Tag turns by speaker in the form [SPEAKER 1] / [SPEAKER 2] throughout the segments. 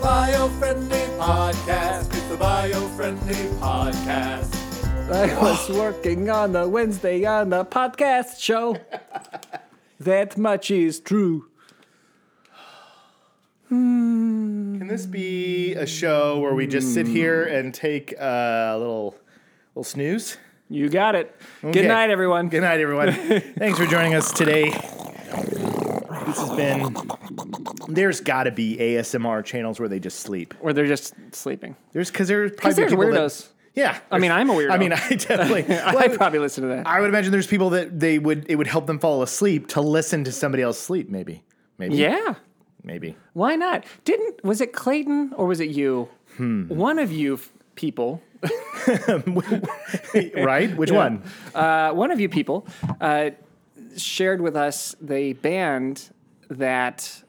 [SPEAKER 1] bio-friendly podcast. It's the bio-friendly podcast.
[SPEAKER 2] I was working on a Wednesday on a podcast show. that much is true.
[SPEAKER 3] Can this be a show where we just sit here
[SPEAKER 2] Hmm.
[SPEAKER 3] and take uh, a little little snooze?
[SPEAKER 2] You got it. Good
[SPEAKER 3] Okay.
[SPEAKER 2] night, everyone.
[SPEAKER 3] Good night, everyone. Thanks for joining us today. This has been. There's got to be ASMR channels where they just sleep.
[SPEAKER 2] Or they're just sleeping.
[SPEAKER 3] There's because there's probably
[SPEAKER 2] Because there's
[SPEAKER 3] people that-
[SPEAKER 2] weirdos.
[SPEAKER 3] yeah,
[SPEAKER 2] I mean, I'm a weirdo.
[SPEAKER 3] I mean, I definitely. well,
[SPEAKER 2] I probably listen to that.
[SPEAKER 3] I would imagine there's people that they would it would help them fall asleep to listen to somebody else sleep. Maybe, maybe,
[SPEAKER 2] yeah.
[SPEAKER 3] maybe.
[SPEAKER 2] Why not? Didn't was it Clayton or was it you?
[SPEAKER 3] Hmm.
[SPEAKER 2] One of you f- people,
[SPEAKER 3] right? Which one?
[SPEAKER 2] uh, one of you people, uh, shared with us the band that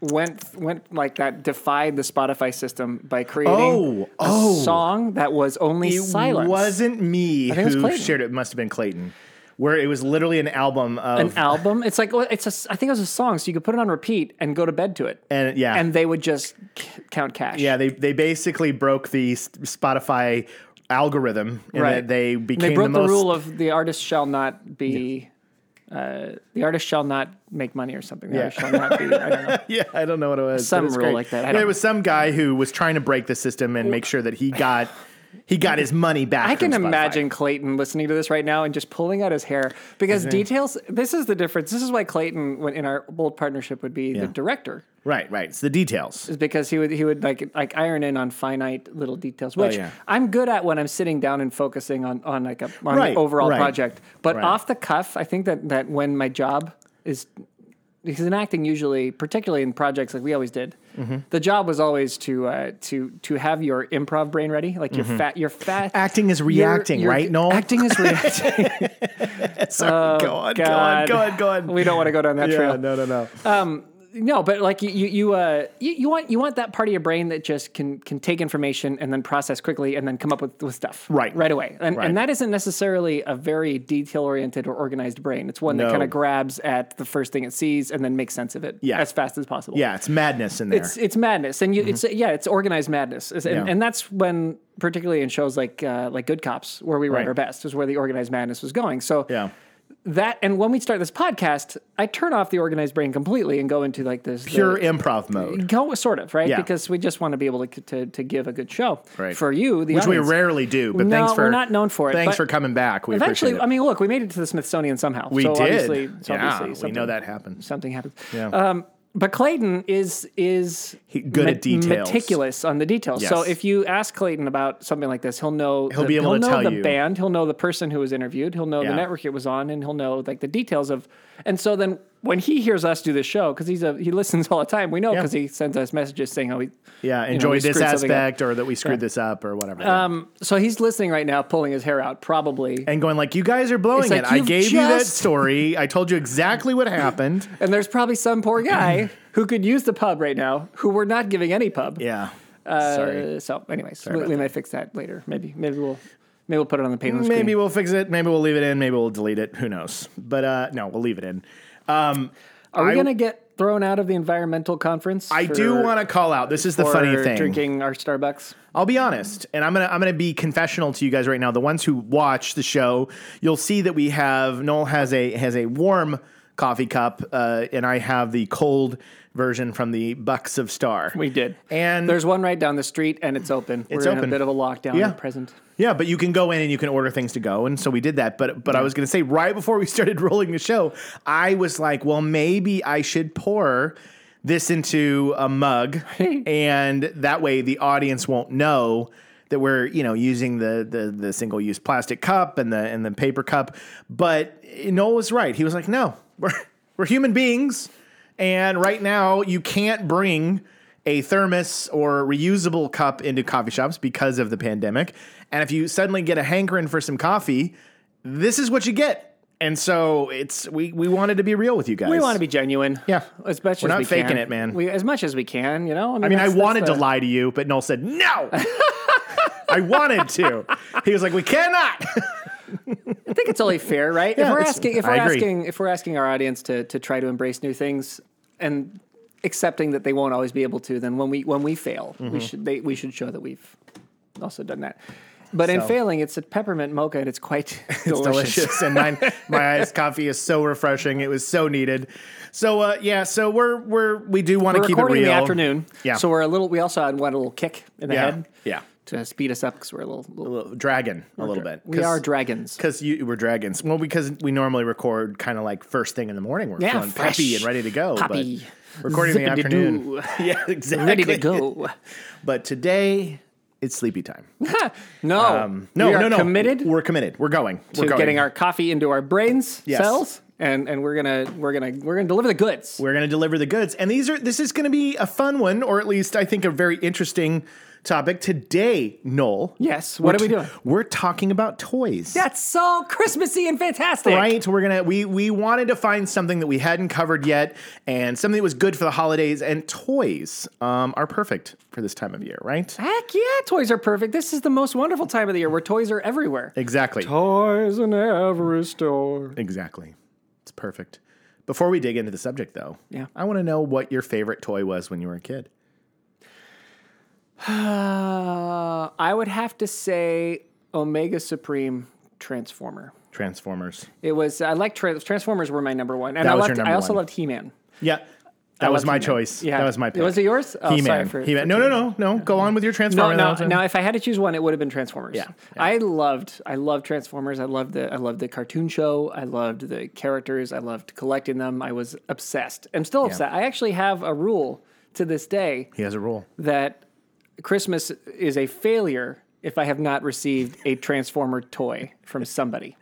[SPEAKER 2] went went like that defied the Spotify system by creating
[SPEAKER 3] Oh,
[SPEAKER 2] a
[SPEAKER 3] oh.
[SPEAKER 2] song that was only
[SPEAKER 3] It
[SPEAKER 2] silence.
[SPEAKER 3] wasn't me
[SPEAKER 2] think it was
[SPEAKER 3] who
[SPEAKER 2] Clayton.
[SPEAKER 3] shared it. It must have been Clayton, where it was literally an album of
[SPEAKER 2] an album. It's like well, it's a. s- I think it was a song, so you could put it on repeat and go to bed to it,
[SPEAKER 3] and yeah,
[SPEAKER 2] and they would just c- count cash.
[SPEAKER 3] yeah. They they basically broke the S- Spotify algorithm, and
[SPEAKER 2] Right.
[SPEAKER 3] that they
[SPEAKER 2] And
[SPEAKER 3] became
[SPEAKER 2] they broke
[SPEAKER 3] the most.
[SPEAKER 2] rule of the artist shall not be. Uh, the artist shall not make money or something. The
[SPEAKER 3] Yeah.
[SPEAKER 2] artist shall not be. I don't know.
[SPEAKER 3] yeah, I don't know what it was. but
[SPEAKER 2] Some
[SPEAKER 3] it's
[SPEAKER 2] rule
[SPEAKER 3] great.
[SPEAKER 2] like that. I
[SPEAKER 3] Yeah,
[SPEAKER 2] don't-
[SPEAKER 3] there was some guy who was trying to break the system and make sure that he got he got his money back.
[SPEAKER 2] I can
[SPEAKER 3] from Spotify.
[SPEAKER 2] imagine Clayton listening to this right now and just pulling out his hair because details. This is the difference. This is why Clayton, when in our old partnership, would be the director,
[SPEAKER 3] Right, right. It's the details.
[SPEAKER 2] is because he would he would like like iron in on finite little details, which
[SPEAKER 3] Oh, yeah.
[SPEAKER 2] I'm good at when I'm sitting down and focusing on on like a on
[SPEAKER 3] Right,
[SPEAKER 2] the overall
[SPEAKER 3] right,
[SPEAKER 2] project. But
[SPEAKER 3] right.
[SPEAKER 2] off the cuff, I think that that when my job is because in acting usually, particularly in projects like we always did,
[SPEAKER 3] Mm-hmm.
[SPEAKER 2] the job was always to uh, to to have your improv brain ready, like your fat your fat
[SPEAKER 3] Mm-hmm. Acting is
[SPEAKER 2] your-
[SPEAKER 3] reacting,
[SPEAKER 2] your-
[SPEAKER 3] right? No,
[SPEAKER 2] acting is reacting.
[SPEAKER 3] Sorry, go on, go on,
[SPEAKER 2] God.
[SPEAKER 3] go on, go on.
[SPEAKER 2] we don't want to go down that
[SPEAKER 3] yeah,
[SPEAKER 2] trail.
[SPEAKER 3] no, no, no.
[SPEAKER 2] No, but like you, you, you, uh, you, you want you want that part of your brain that just can can take information and then process quickly and then come up with, with stuff
[SPEAKER 3] Right.
[SPEAKER 2] right away. And,
[SPEAKER 3] Right.
[SPEAKER 2] and that isn't necessarily a very detail oriented or organized brain. It's one that
[SPEAKER 3] No.
[SPEAKER 2] kind of grabs at the first thing it sees and then makes sense of it
[SPEAKER 3] Yeah.
[SPEAKER 2] as fast as possible.
[SPEAKER 3] yeah, it's madness in there.
[SPEAKER 2] It's it's madness, and you, it's yeah, it's organized madness, It's- and,
[SPEAKER 3] Yeah.
[SPEAKER 2] and that's when particularly in shows like uh, like Good Cops, where we were at
[SPEAKER 3] Right.
[SPEAKER 2] our best, is where the organized madness was going. So
[SPEAKER 3] yeah.
[SPEAKER 2] that and when we start this podcast, I turn off the organized brain completely and go into like this the-
[SPEAKER 3] Pure improv mode.
[SPEAKER 2] go sort of right
[SPEAKER 3] Yeah.
[SPEAKER 2] because we just want to be able to to, to give a good show
[SPEAKER 3] Right.
[SPEAKER 2] for you, the
[SPEAKER 3] which we
[SPEAKER 2] audience.
[SPEAKER 3] rarely do. But
[SPEAKER 2] No,
[SPEAKER 3] thanks for
[SPEAKER 2] we're not known for it,
[SPEAKER 3] Thanks
[SPEAKER 2] but
[SPEAKER 3] for coming back. We appreciate
[SPEAKER 2] Eventually,
[SPEAKER 3] it.
[SPEAKER 2] I mean, look, we made it to the Smithsonian somehow.
[SPEAKER 3] we
[SPEAKER 2] so
[SPEAKER 3] did.
[SPEAKER 2] Obviously, so
[SPEAKER 3] yeah,
[SPEAKER 2] obviously
[SPEAKER 3] we know
[SPEAKER 2] something-
[SPEAKER 3] that happens.
[SPEAKER 2] something happens.
[SPEAKER 3] Yeah.
[SPEAKER 2] Um, but Clayton is is
[SPEAKER 3] He- good at details.
[SPEAKER 2] meticulous on the details. So
[SPEAKER 3] Yes.
[SPEAKER 2] if you ask Clayton about something like this, he'll know. He'll
[SPEAKER 3] be able
[SPEAKER 2] he'll
[SPEAKER 3] to
[SPEAKER 2] know
[SPEAKER 3] tell
[SPEAKER 2] the
[SPEAKER 3] you.
[SPEAKER 2] band. He'll know the person who was interviewed. He'll know the
[SPEAKER 3] Yeah.
[SPEAKER 2] network it was on, and he'll know like the details of. And so then when he hears us do the show, because he's a he listens all the time. We know
[SPEAKER 3] Yeah.
[SPEAKER 2] because he sends us messages saying how he
[SPEAKER 3] Yeah,
[SPEAKER 2] you know,
[SPEAKER 3] enjoy
[SPEAKER 2] we
[SPEAKER 3] this
[SPEAKER 2] screwed something up.
[SPEAKER 3] aspect or that we screwed this up or whatever. yeah.
[SPEAKER 2] Um, so he's listening right now, pulling his hair out, probably.
[SPEAKER 3] and going like, you guys are blowing
[SPEAKER 2] It's like,
[SPEAKER 3] it. I
[SPEAKER 2] you've
[SPEAKER 3] gave you that
[SPEAKER 2] just-
[SPEAKER 3] story. I told you exactly what happened.
[SPEAKER 2] And there's probably some poor guy who could use the pub right now, who we're not giving any pub.
[SPEAKER 3] Yeah.
[SPEAKER 2] Uh,
[SPEAKER 3] Sorry.
[SPEAKER 2] So, anyways, we,
[SPEAKER 3] about
[SPEAKER 2] we may fix that later. Maybe, maybe we'll, maybe we'll put it on the paint on the
[SPEAKER 3] Maybe
[SPEAKER 2] screen.
[SPEAKER 3] we'll fix it. Maybe we'll leave it in. Maybe we'll delete it. Who knows? But uh, no, we'll leave it in. Um,
[SPEAKER 2] Are we
[SPEAKER 3] I-
[SPEAKER 2] gonna get thrown out of the environmental conference?
[SPEAKER 3] I do want to call out. This is the funny thing.
[SPEAKER 2] Drinking our Starbucks.
[SPEAKER 3] I'll be honest, and I'm gonna I'm gonna be confessional to you guys right now. The ones who watch the show, you'll see that we have Noel has a has a warm coffee cup, uh, and I have the cold version from the Bucks of Star.
[SPEAKER 2] We did.
[SPEAKER 3] and
[SPEAKER 2] There's one right down the street, and it's open.
[SPEAKER 3] It's
[SPEAKER 2] we're in
[SPEAKER 3] open.
[SPEAKER 2] a bit of a lockdown
[SPEAKER 3] Yeah.
[SPEAKER 2] at present.
[SPEAKER 3] yeah, but you can go in and you can order things to go, and so we did that. But but I was gonna say right before we started rolling the show, I was like, well, maybe I should pour. This into a mug, and that way the audience won't know that we're you know using the the, the single use plastic cup and the and the paper cup. But Noel was right. He was like, no, we're we're human beings, and right now you can't bring a thermos or reusable cup into coffee shops because of the pandemic. And if you suddenly get a hankering for some coffee, this is what you get. And so it's we we wanted to be real with you guys.
[SPEAKER 2] We want to be genuine.
[SPEAKER 3] Yeah.
[SPEAKER 2] as much
[SPEAKER 3] We're
[SPEAKER 2] as
[SPEAKER 3] not
[SPEAKER 2] we
[SPEAKER 3] faking
[SPEAKER 2] can.
[SPEAKER 3] it, man.
[SPEAKER 2] We, as much as we can, you know.
[SPEAKER 3] I mean, I
[SPEAKER 2] that's- that's
[SPEAKER 3] wanted to
[SPEAKER 2] the-
[SPEAKER 3] lie to you, but Noel said no. I wanted to. He was like, "We cannot."
[SPEAKER 2] I think it's only fair, right?
[SPEAKER 3] Yeah,
[SPEAKER 2] if we're
[SPEAKER 3] it's-
[SPEAKER 2] asking, if
[SPEAKER 3] I
[SPEAKER 2] we're
[SPEAKER 3] agree.
[SPEAKER 2] asking, if we're asking our audience to to try to embrace new things, and accepting that they won't always be able to, then when we when we fail,
[SPEAKER 3] Mm-hmm.
[SPEAKER 2] we should they, we should show that we've also done that. But in
[SPEAKER 3] So-
[SPEAKER 2] failing, it's a peppermint mocha, and it's quite
[SPEAKER 3] It's delicious. and mine, my iced coffee is so refreshing. It was so needed. So uh, yeah, so we're we're we do want to
[SPEAKER 2] We're
[SPEAKER 3] keep it
[SPEAKER 2] recording
[SPEAKER 3] real.
[SPEAKER 2] in the afternoon,
[SPEAKER 3] Yeah.
[SPEAKER 2] So we're a little. We also had one little kick in the
[SPEAKER 3] yeah,
[SPEAKER 2] head
[SPEAKER 3] yeah,
[SPEAKER 2] to speed us up because we're a little. little
[SPEAKER 3] Well, dragon a little bit.
[SPEAKER 2] we are dragons.
[SPEAKER 3] because you were dragons. Well, because we normally record kind of like first thing in the morning. We're
[SPEAKER 2] Yeah,
[SPEAKER 3] feeling
[SPEAKER 2] fresh.
[SPEAKER 3] peppy and ready to go. but
[SPEAKER 2] Poppy.
[SPEAKER 3] recording in the afternoon.
[SPEAKER 2] Zippity-doo.
[SPEAKER 3] Yeah, exactly.
[SPEAKER 2] Ready to go.
[SPEAKER 3] But today it's sleepy time.
[SPEAKER 2] No,
[SPEAKER 3] Um, No,
[SPEAKER 2] we are
[SPEAKER 3] no, no.
[SPEAKER 2] Committed
[SPEAKER 3] We're committed. We're going.
[SPEAKER 2] to
[SPEAKER 3] we're going.
[SPEAKER 2] getting our coffee into our brains
[SPEAKER 3] Yes.
[SPEAKER 2] cells, and and we're gonna we're gonna we're gonna deliver the goods.
[SPEAKER 3] We're going to deliver the goods. And these are this is going to be a fun one or at least I think a very interesting topic today, Noel.
[SPEAKER 2] Yes, what
[SPEAKER 3] we're
[SPEAKER 2] are we
[SPEAKER 3] t-
[SPEAKER 2] doing?
[SPEAKER 3] We're talking about toys.
[SPEAKER 2] That's so Christmassy and fantastic.
[SPEAKER 3] Right, we're gonna we we wanted to find something that we hadn't covered yet, and something that was good for the holidays. And toys um, are perfect for this time of year, right?
[SPEAKER 2] Heck yeah, toys are perfect. This is the most wonderful time of the year where toys are everywhere.
[SPEAKER 3] Exactly,
[SPEAKER 2] Toys in every store.
[SPEAKER 3] exactly. It's perfect. Before we dig into the subject, though,
[SPEAKER 2] Yeah.
[SPEAKER 3] I want to know what your favorite toy was when you were a kid.
[SPEAKER 2] Uh, I would have to say Omega Supreme Transformer.
[SPEAKER 3] Transformers.
[SPEAKER 2] It was I like trans Transformers were my number one, and
[SPEAKER 3] That
[SPEAKER 2] I
[SPEAKER 3] was
[SPEAKER 2] loved,
[SPEAKER 3] your number
[SPEAKER 2] I also
[SPEAKER 3] one.
[SPEAKER 2] loved He Man.
[SPEAKER 3] Yeah, that was my choice.
[SPEAKER 2] Yeah,
[SPEAKER 3] that was my pick.
[SPEAKER 2] Was it yours? Oh,
[SPEAKER 3] He Man.
[SPEAKER 2] sorry for-
[SPEAKER 3] He Man. No, no, no, no. Go on with your
[SPEAKER 2] No,
[SPEAKER 3] Transformer.
[SPEAKER 2] no,
[SPEAKER 3] That was-
[SPEAKER 2] no. If I had to choose one, it would have been Transformers.
[SPEAKER 3] Yeah,
[SPEAKER 2] I loved, I loved Transformers. I loved the, I loved the cartoon show. I loved the characters. I loved collecting them. I was obsessed. I'm still obsessed. I actually have a rule to this day
[SPEAKER 3] He has a rule.
[SPEAKER 2] that Christmas is a failure if I have not received a Transformer toy from somebody.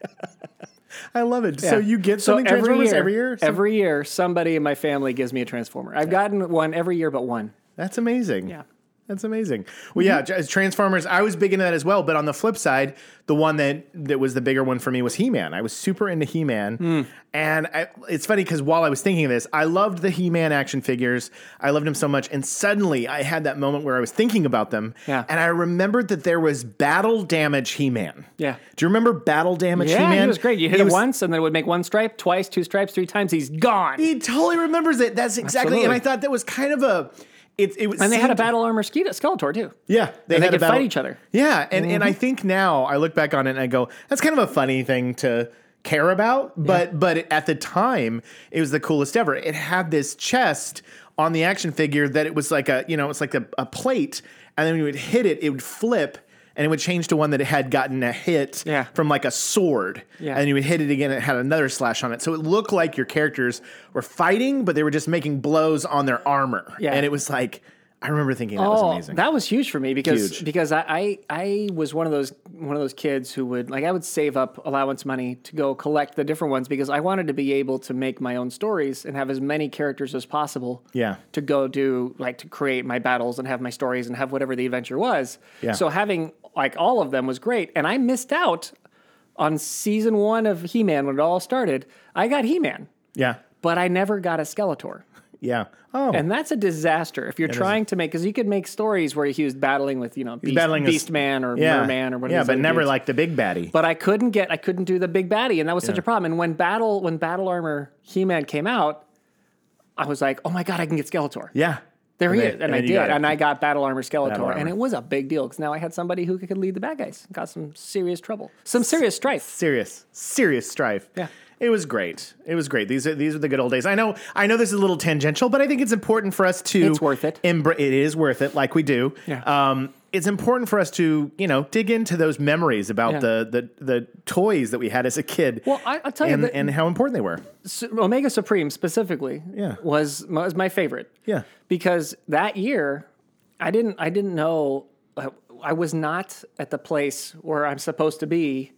[SPEAKER 3] I love it. So you get
[SPEAKER 2] So
[SPEAKER 3] something Transformers every year. So-
[SPEAKER 2] Every year, somebody in my family gives me a Transformer. I've gotten one every year, but one.
[SPEAKER 3] That's amazing.
[SPEAKER 2] Yeah. Mm-hmm.
[SPEAKER 3] That's amazing. Well, yeah, J- Transformers. I was big into that as well. But on the flip side, the one that that was the bigger one for me was He Man. I was super into He Man,
[SPEAKER 2] Mm.
[SPEAKER 3] and I, it's funny because while I was thinking of this, I loved the He Man action figures. I loved him so much, and suddenly I had that moment where I was thinking about them,
[SPEAKER 2] Yeah.
[SPEAKER 3] and I remembered that there was battle damage He Man.
[SPEAKER 2] Yeah.
[SPEAKER 3] Do you remember battle damage He
[SPEAKER 2] Yeah,
[SPEAKER 3] Man?
[SPEAKER 2] he was great. You hit it once, and then it would make one stripe, twice, two stripes, three times. He's gone.
[SPEAKER 3] He totally remembers it. That's exactly. And
[SPEAKER 2] Absolutely.
[SPEAKER 3] I thought that was kind of a. It, it was
[SPEAKER 2] And they had a
[SPEAKER 3] seemed-
[SPEAKER 2] battle armor Skeet- Skeletor too.
[SPEAKER 3] Yeah,
[SPEAKER 2] And they
[SPEAKER 3] had a
[SPEAKER 2] could fight
[SPEAKER 3] battle-
[SPEAKER 2] each other. Mm-hmm.
[SPEAKER 3] Yeah, and and I think now I look back on it and I go, that's kind of a funny thing to care about, but but at the time it was the coolest ever. It had this chest on the action figure that it was like a you know it's like a, a plate, and then when you would hit it, it would flip. And it would change to one that had gotten a hit
[SPEAKER 2] Yeah.
[SPEAKER 3] from like a sword.
[SPEAKER 2] Yeah.
[SPEAKER 3] And you would hit it again, it had another slash on it. So it looked like your characters were fighting, but they were just making blows on their armor.
[SPEAKER 2] Yeah.
[SPEAKER 3] And it was like, I remember thinking that was amazing.
[SPEAKER 2] Oh, That was huge for me because
[SPEAKER 3] Huge.
[SPEAKER 2] because I, I I was one of those one of those kids who would like I would save up allowance money to go collect the different ones because I wanted to be able to make my own stories and have as many characters as possible.
[SPEAKER 3] Yeah.
[SPEAKER 2] To go do like to create my battles and have my stories and have whatever the adventure was.
[SPEAKER 3] Yeah.
[SPEAKER 2] So having like all of them was great, and I missed out on season one of He Man when it all started. I got He Man,
[SPEAKER 3] Yeah.
[SPEAKER 2] but I never got a Skeletor.
[SPEAKER 3] Yeah. Oh.
[SPEAKER 2] And that's a disaster if you're trying to make because you could make stories where he was battling with you know beast,
[SPEAKER 3] battling this-
[SPEAKER 2] beast man or merman or whatever.
[SPEAKER 3] Yeah,
[SPEAKER 2] these
[SPEAKER 3] but
[SPEAKER 2] other
[SPEAKER 3] never
[SPEAKER 2] dudes.
[SPEAKER 3] like the big baddie.
[SPEAKER 2] But I couldn't get I couldn't do the big baddie, and that was such a problem. And when battle when battle armor He Man came out, I was like, oh my god, I can get Skeletor.
[SPEAKER 3] yeah.
[SPEAKER 2] There he
[SPEAKER 3] they-
[SPEAKER 2] is, and, I
[SPEAKER 3] then you
[SPEAKER 2] did,
[SPEAKER 3] got it.
[SPEAKER 2] and I got battle armor Skeletor,
[SPEAKER 3] Battle armor.
[SPEAKER 2] and it was a big deal because now I had somebody who could lead the bad guys. Got some serious trouble, some serious strife.
[SPEAKER 3] serious, serious strife.
[SPEAKER 2] Yeah.
[SPEAKER 3] It was great. It was great. These are these are the good old days. I know I know this is a little tangential, but I think it's important for us to
[SPEAKER 2] It's worth it.
[SPEAKER 3] embr- it is worth it, like we do.
[SPEAKER 2] Yeah.
[SPEAKER 3] Um it's important for us to, you know, dig into those memories about
[SPEAKER 2] Yeah.
[SPEAKER 3] the, the the toys that we had as a kid.
[SPEAKER 2] Well, I, I'll tell you,
[SPEAKER 3] and,
[SPEAKER 2] that
[SPEAKER 3] and how important they were.
[SPEAKER 2] Su- Omega Supreme specifically
[SPEAKER 3] Yeah.
[SPEAKER 2] was my- was my favorite.
[SPEAKER 3] Yeah.
[SPEAKER 2] because that year I didn't I didn't know uh, I was not at the place where I'm supposed to be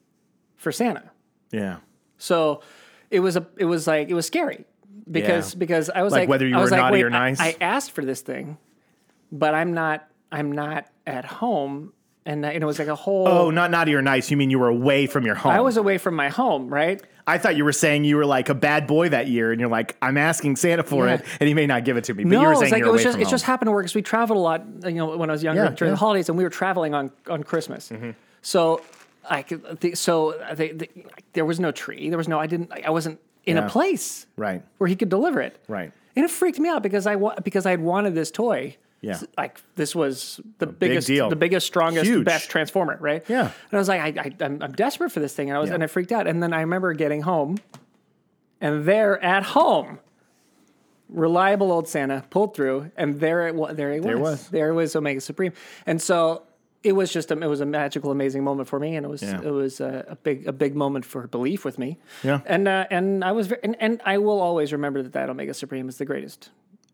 [SPEAKER 2] for Santa.
[SPEAKER 3] Yeah.
[SPEAKER 2] So it was a it was like it was scary because
[SPEAKER 3] Yeah.
[SPEAKER 2] because I was
[SPEAKER 3] Like
[SPEAKER 2] like,
[SPEAKER 3] whether you
[SPEAKER 2] I
[SPEAKER 3] were
[SPEAKER 2] was like,
[SPEAKER 3] naughty
[SPEAKER 2] wait,
[SPEAKER 3] or nice.
[SPEAKER 2] I, I asked for this thing, but I'm not I'm not at home and, and it was like a whole
[SPEAKER 3] Oh, not naughty or nice. You mean you were away from your home?
[SPEAKER 2] I was away from my home, right?
[SPEAKER 3] I thought you were saying you were like a bad boy that year, and you're like, I'm asking Santa for
[SPEAKER 2] Yeah.
[SPEAKER 3] it, and he may not give it to me. But
[SPEAKER 2] no,
[SPEAKER 3] you were
[SPEAKER 2] it's
[SPEAKER 3] saying
[SPEAKER 2] like
[SPEAKER 3] you're
[SPEAKER 2] it was
[SPEAKER 3] away
[SPEAKER 2] just
[SPEAKER 3] from
[SPEAKER 2] it
[SPEAKER 3] home.
[SPEAKER 2] just happened to work because we traveled a lot. You know, when I was younger
[SPEAKER 3] Yeah,
[SPEAKER 2] during
[SPEAKER 3] yeah. Mm-hmm.
[SPEAKER 2] the holidays, and we were traveling on on Christmas. So I could, the, so they, they, there was no tree. There was no. I didn't. I wasn't in
[SPEAKER 3] Yeah.
[SPEAKER 2] a place
[SPEAKER 3] Right.
[SPEAKER 2] where he could deliver it.
[SPEAKER 3] Right.
[SPEAKER 2] And it freaked me out because I wa- because I had wanted this toy.
[SPEAKER 3] Yeah.
[SPEAKER 2] S- Like this was the biggest,
[SPEAKER 3] deal.
[SPEAKER 2] the biggest, strongest,
[SPEAKER 3] Huge.
[SPEAKER 2] best transformer, right?
[SPEAKER 3] Yeah.
[SPEAKER 2] And I was like, I, I I'm, I'm desperate for this thing, and I was,
[SPEAKER 3] Yeah.
[SPEAKER 2] and I freaked out. And then I remember getting home, and there at home, reliable old Santa pulled through, and there it was. There it was. There
[SPEAKER 3] was.
[SPEAKER 2] was Omega Supreme, and so. It was just a, it was a magical, amazing moment for me, and it was
[SPEAKER 3] Yeah.
[SPEAKER 2] it was a, a big a big moment for belief with me.
[SPEAKER 3] Yeah.
[SPEAKER 2] and uh, and I was very, and, and I will always remember that that Omega Supreme is the greatest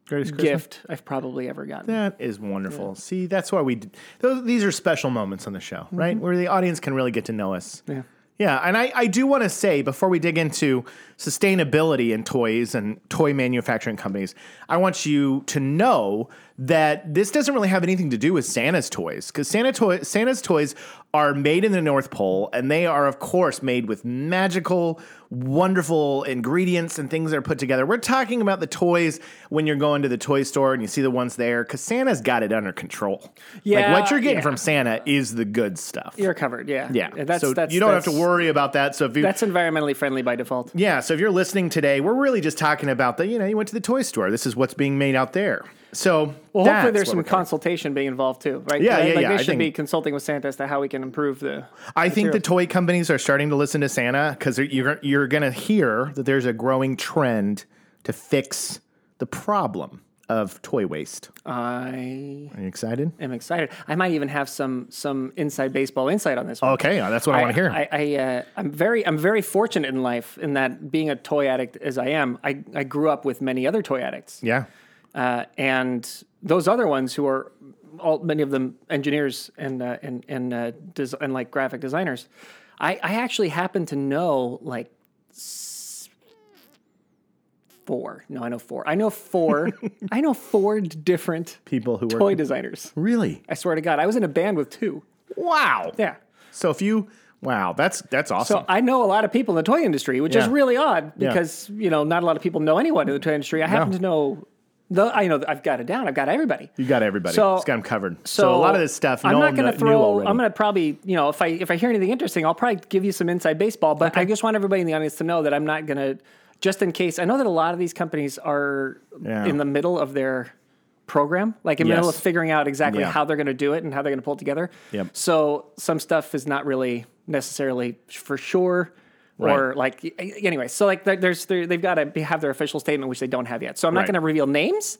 [SPEAKER 3] Greatest Christmas.
[SPEAKER 2] gift I've probably ever gotten.
[SPEAKER 3] That is wonderful. See, that's why we. d- Those, these are special moments on the show, right? Where the audience can really get to know us.
[SPEAKER 2] Mm-hmm. Yeah.
[SPEAKER 3] Yeah, and I, I do want to say before we dig into sustainability in toys and toy manufacturing companies, I want you to know that this doesn't really have anything to do with Santa's toys because Santa toy, Santa's toys are made in the North Pole and they are of course made with magical, wonderful ingredients and things that are put together. We're talking about the toys when you're going to the toy store and you see the ones there because Santa's got it under control. like
[SPEAKER 2] Yeah,
[SPEAKER 3] what you're getting
[SPEAKER 2] yeah.
[SPEAKER 3] from Santa is the good stuff.
[SPEAKER 2] You're covered. Yeah.
[SPEAKER 3] Yeah.
[SPEAKER 2] That's
[SPEAKER 3] so
[SPEAKER 2] that's
[SPEAKER 3] you don't have to
[SPEAKER 2] that's-
[SPEAKER 3] worry about that. So if you
[SPEAKER 2] That's environmentally friendly by default.
[SPEAKER 3] yeah, so if you're listening today, we're really just talking about the you know you went to the toy store. This is what's being made out there. So
[SPEAKER 2] Well,
[SPEAKER 3] that's
[SPEAKER 2] hopefully there's
[SPEAKER 3] what
[SPEAKER 2] some
[SPEAKER 3] we're talking-
[SPEAKER 2] consultation being involved too, right?
[SPEAKER 3] Yeah,
[SPEAKER 2] Like-
[SPEAKER 3] yeah,
[SPEAKER 2] like
[SPEAKER 3] yeah,
[SPEAKER 2] They
[SPEAKER 3] I
[SPEAKER 2] should
[SPEAKER 3] think-
[SPEAKER 2] be consulting with Santa as to how we can improve the.
[SPEAKER 3] I think the
[SPEAKER 2] materials.
[SPEAKER 3] toy companies are starting to listen to Santa because you're you're going to hear that there's a growing trend to fix the problem of toy waste.
[SPEAKER 2] I
[SPEAKER 3] Are you excited?
[SPEAKER 2] am excited. I might even have some some inside baseball insight on this. One.
[SPEAKER 3] Okay, uh, that's what I, want to hear.
[SPEAKER 2] I, I uh, I'm very I'm very fortunate in life in that being a toy addict as I am, I, I grew up with many other toy addicts.
[SPEAKER 3] yeah,
[SPEAKER 2] uh, and those other ones who are all many of them engineers and uh, and and uh, des- and like graphic designers, I, I actually happen to know like s- four. No, I know four. I know four. I know four different
[SPEAKER 3] people who
[SPEAKER 2] toy
[SPEAKER 3] work
[SPEAKER 2] designers.
[SPEAKER 3] really
[SPEAKER 2] I swear to God, I was in a band with two.
[SPEAKER 3] wow.
[SPEAKER 2] Yeah.
[SPEAKER 3] So if you wow, that's that's awesome.
[SPEAKER 2] So I know a lot of people in the toy industry, which is
[SPEAKER 3] Yeah.
[SPEAKER 2] really odd
[SPEAKER 3] Yeah.
[SPEAKER 2] because you know not a lot of people know anyone in the toy industry. I happen to know, the, I know I've got it down. I've got everybody.
[SPEAKER 3] you got everybody.
[SPEAKER 2] So-
[SPEAKER 3] it's got them covered. So,
[SPEAKER 2] So,
[SPEAKER 3] a lot of this stuff,
[SPEAKER 2] I'm
[SPEAKER 3] no
[SPEAKER 2] not
[SPEAKER 3] one
[SPEAKER 2] going
[SPEAKER 3] kn-
[SPEAKER 2] to
[SPEAKER 3] knew
[SPEAKER 2] throw.
[SPEAKER 3] already.
[SPEAKER 2] I'm going to probably, you know, if I if I hear anything interesting, I'll probably give you some inside baseball. But I just want everybody in the audience to know that I'm not going to, just in case. I know that a lot of these companies are
[SPEAKER 3] Yeah.
[SPEAKER 2] in the middle of their program, like in the middle of
[SPEAKER 3] Yes.
[SPEAKER 2] figuring out exactly
[SPEAKER 3] Yeah.
[SPEAKER 2] how they're going to do it and how they're going to pull it together.
[SPEAKER 3] Yep.
[SPEAKER 2] So some stuff is not really necessarily for sure. Or
[SPEAKER 3] Right.
[SPEAKER 2] like y- anyway, so like there- there's there, they've got to have their official statement, which they don't have yet. So I'm
[SPEAKER 3] Right.
[SPEAKER 2] not going to reveal names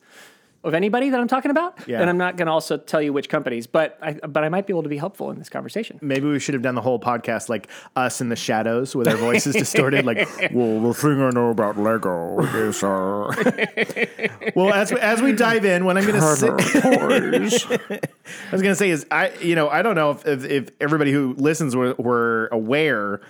[SPEAKER 2] of anybody that I'm talking about,
[SPEAKER 3] Yeah.
[SPEAKER 2] and I'm not going to also tell you which companies, but I, but I might be able to be helpful in this conversation.
[SPEAKER 3] Maybe we should have done the whole podcast like us in the shadows with our voices distorted. Like, well, the thing I know about Lego is, uh... well, as we, as we dive in, what I'm going to say, I was going to say is I, you know, I don't know if if, if everybody who listens were, were aware,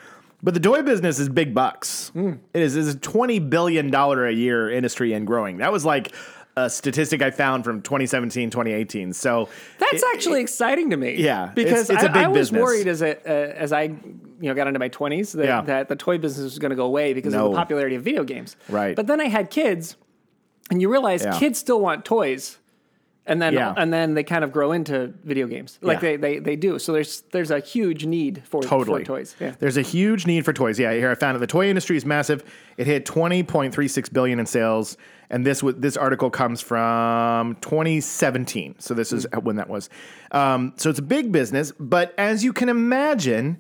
[SPEAKER 3] but the toy business is big bucks. It is is a twenty billion dollar a year industry and growing. That was like. A statistic I found from 2017, 2018. So
[SPEAKER 2] That's actually exciting to me.
[SPEAKER 3] Yeah, it's-
[SPEAKER 2] because
[SPEAKER 3] it's a
[SPEAKER 2] I-
[SPEAKER 3] big
[SPEAKER 2] I, was
[SPEAKER 3] business.
[SPEAKER 2] worried as a, uh, as I you know got into my twenties that,
[SPEAKER 3] Yeah.
[SPEAKER 2] that the toy business was going to go away because of
[SPEAKER 3] No.
[SPEAKER 2] the popularity of video games.
[SPEAKER 3] Right.
[SPEAKER 2] But then I had kids, and you realize
[SPEAKER 3] Yeah.
[SPEAKER 2] kids still want toys, and then
[SPEAKER 3] Yeah.
[SPEAKER 2] and then they kind of grow into video games like
[SPEAKER 3] Yeah.
[SPEAKER 2] they, they they do. So there's there's a huge need for
[SPEAKER 3] totally
[SPEAKER 2] for toys. Yeah.
[SPEAKER 3] There's a huge need for toys. Yeah, here I found it. The toy industry is massive. It hit 20.36 billion in sales, and this was this article comes from 2017. So this is
[SPEAKER 2] Mm.
[SPEAKER 3] when that was. Um, so it's a big business, but as you can imagine.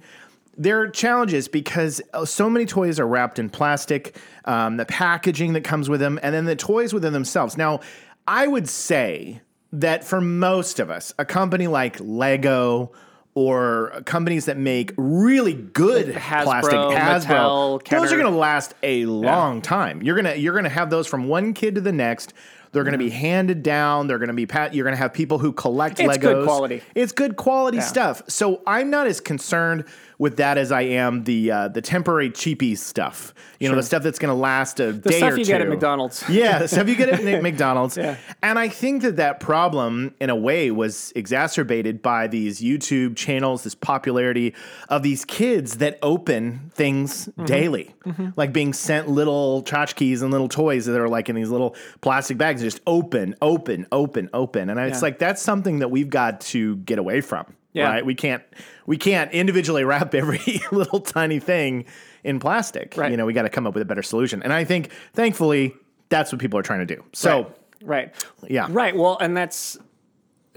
[SPEAKER 3] There are challenges because uh, so many toys are wrapped in plastic, um, the packaging that comes with them, and then the toys within themselves. Now, I would say that for most of us, a company like Lego or companies that make really good
[SPEAKER 2] Hasbro,
[SPEAKER 3] plastic Hasbro,
[SPEAKER 2] Mattel,
[SPEAKER 3] those are
[SPEAKER 2] Kenner.
[SPEAKER 3] going to last a long time. You're gonna you're gonna have those from one kid to the next. They're going to be handed down. They're going to be pat. You're going to have people who collect
[SPEAKER 2] Mm-hmm. It's
[SPEAKER 3] Legos.
[SPEAKER 2] good quality.
[SPEAKER 3] It's good quality stuff. So I'm not as concerned with that as I am the uh, the temporary cheapy stuff. You know, the stuff that's going to last a day
[SPEAKER 2] stuff
[SPEAKER 3] or
[SPEAKER 2] you get
[SPEAKER 3] two.
[SPEAKER 2] at McDonald's.
[SPEAKER 3] Yeah, the stuff you get at McDonald's.
[SPEAKER 2] Yeah.
[SPEAKER 3] And I think that that problem, in a way, was exacerbated by these YouTube channels, this popularity of these kids that open things
[SPEAKER 2] Mm-hmm.
[SPEAKER 3] daily, like being sent little tchotchkes and little toys that are like in these little plastic bags, just open, open, open, open. And it's
[SPEAKER 2] Yeah.
[SPEAKER 3] like that's something that we've got to get away from.
[SPEAKER 2] Yeah.
[SPEAKER 3] Right? We can't we can't individually wrap every little tiny thing in plastic.
[SPEAKER 2] Right.
[SPEAKER 3] You know, we got to come up with a better solution. And I think, thankfully, that's what people are trying to do. So,
[SPEAKER 2] Right.
[SPEAKER 3] yeah.
[SPEAKER 2] Right. Well, and that's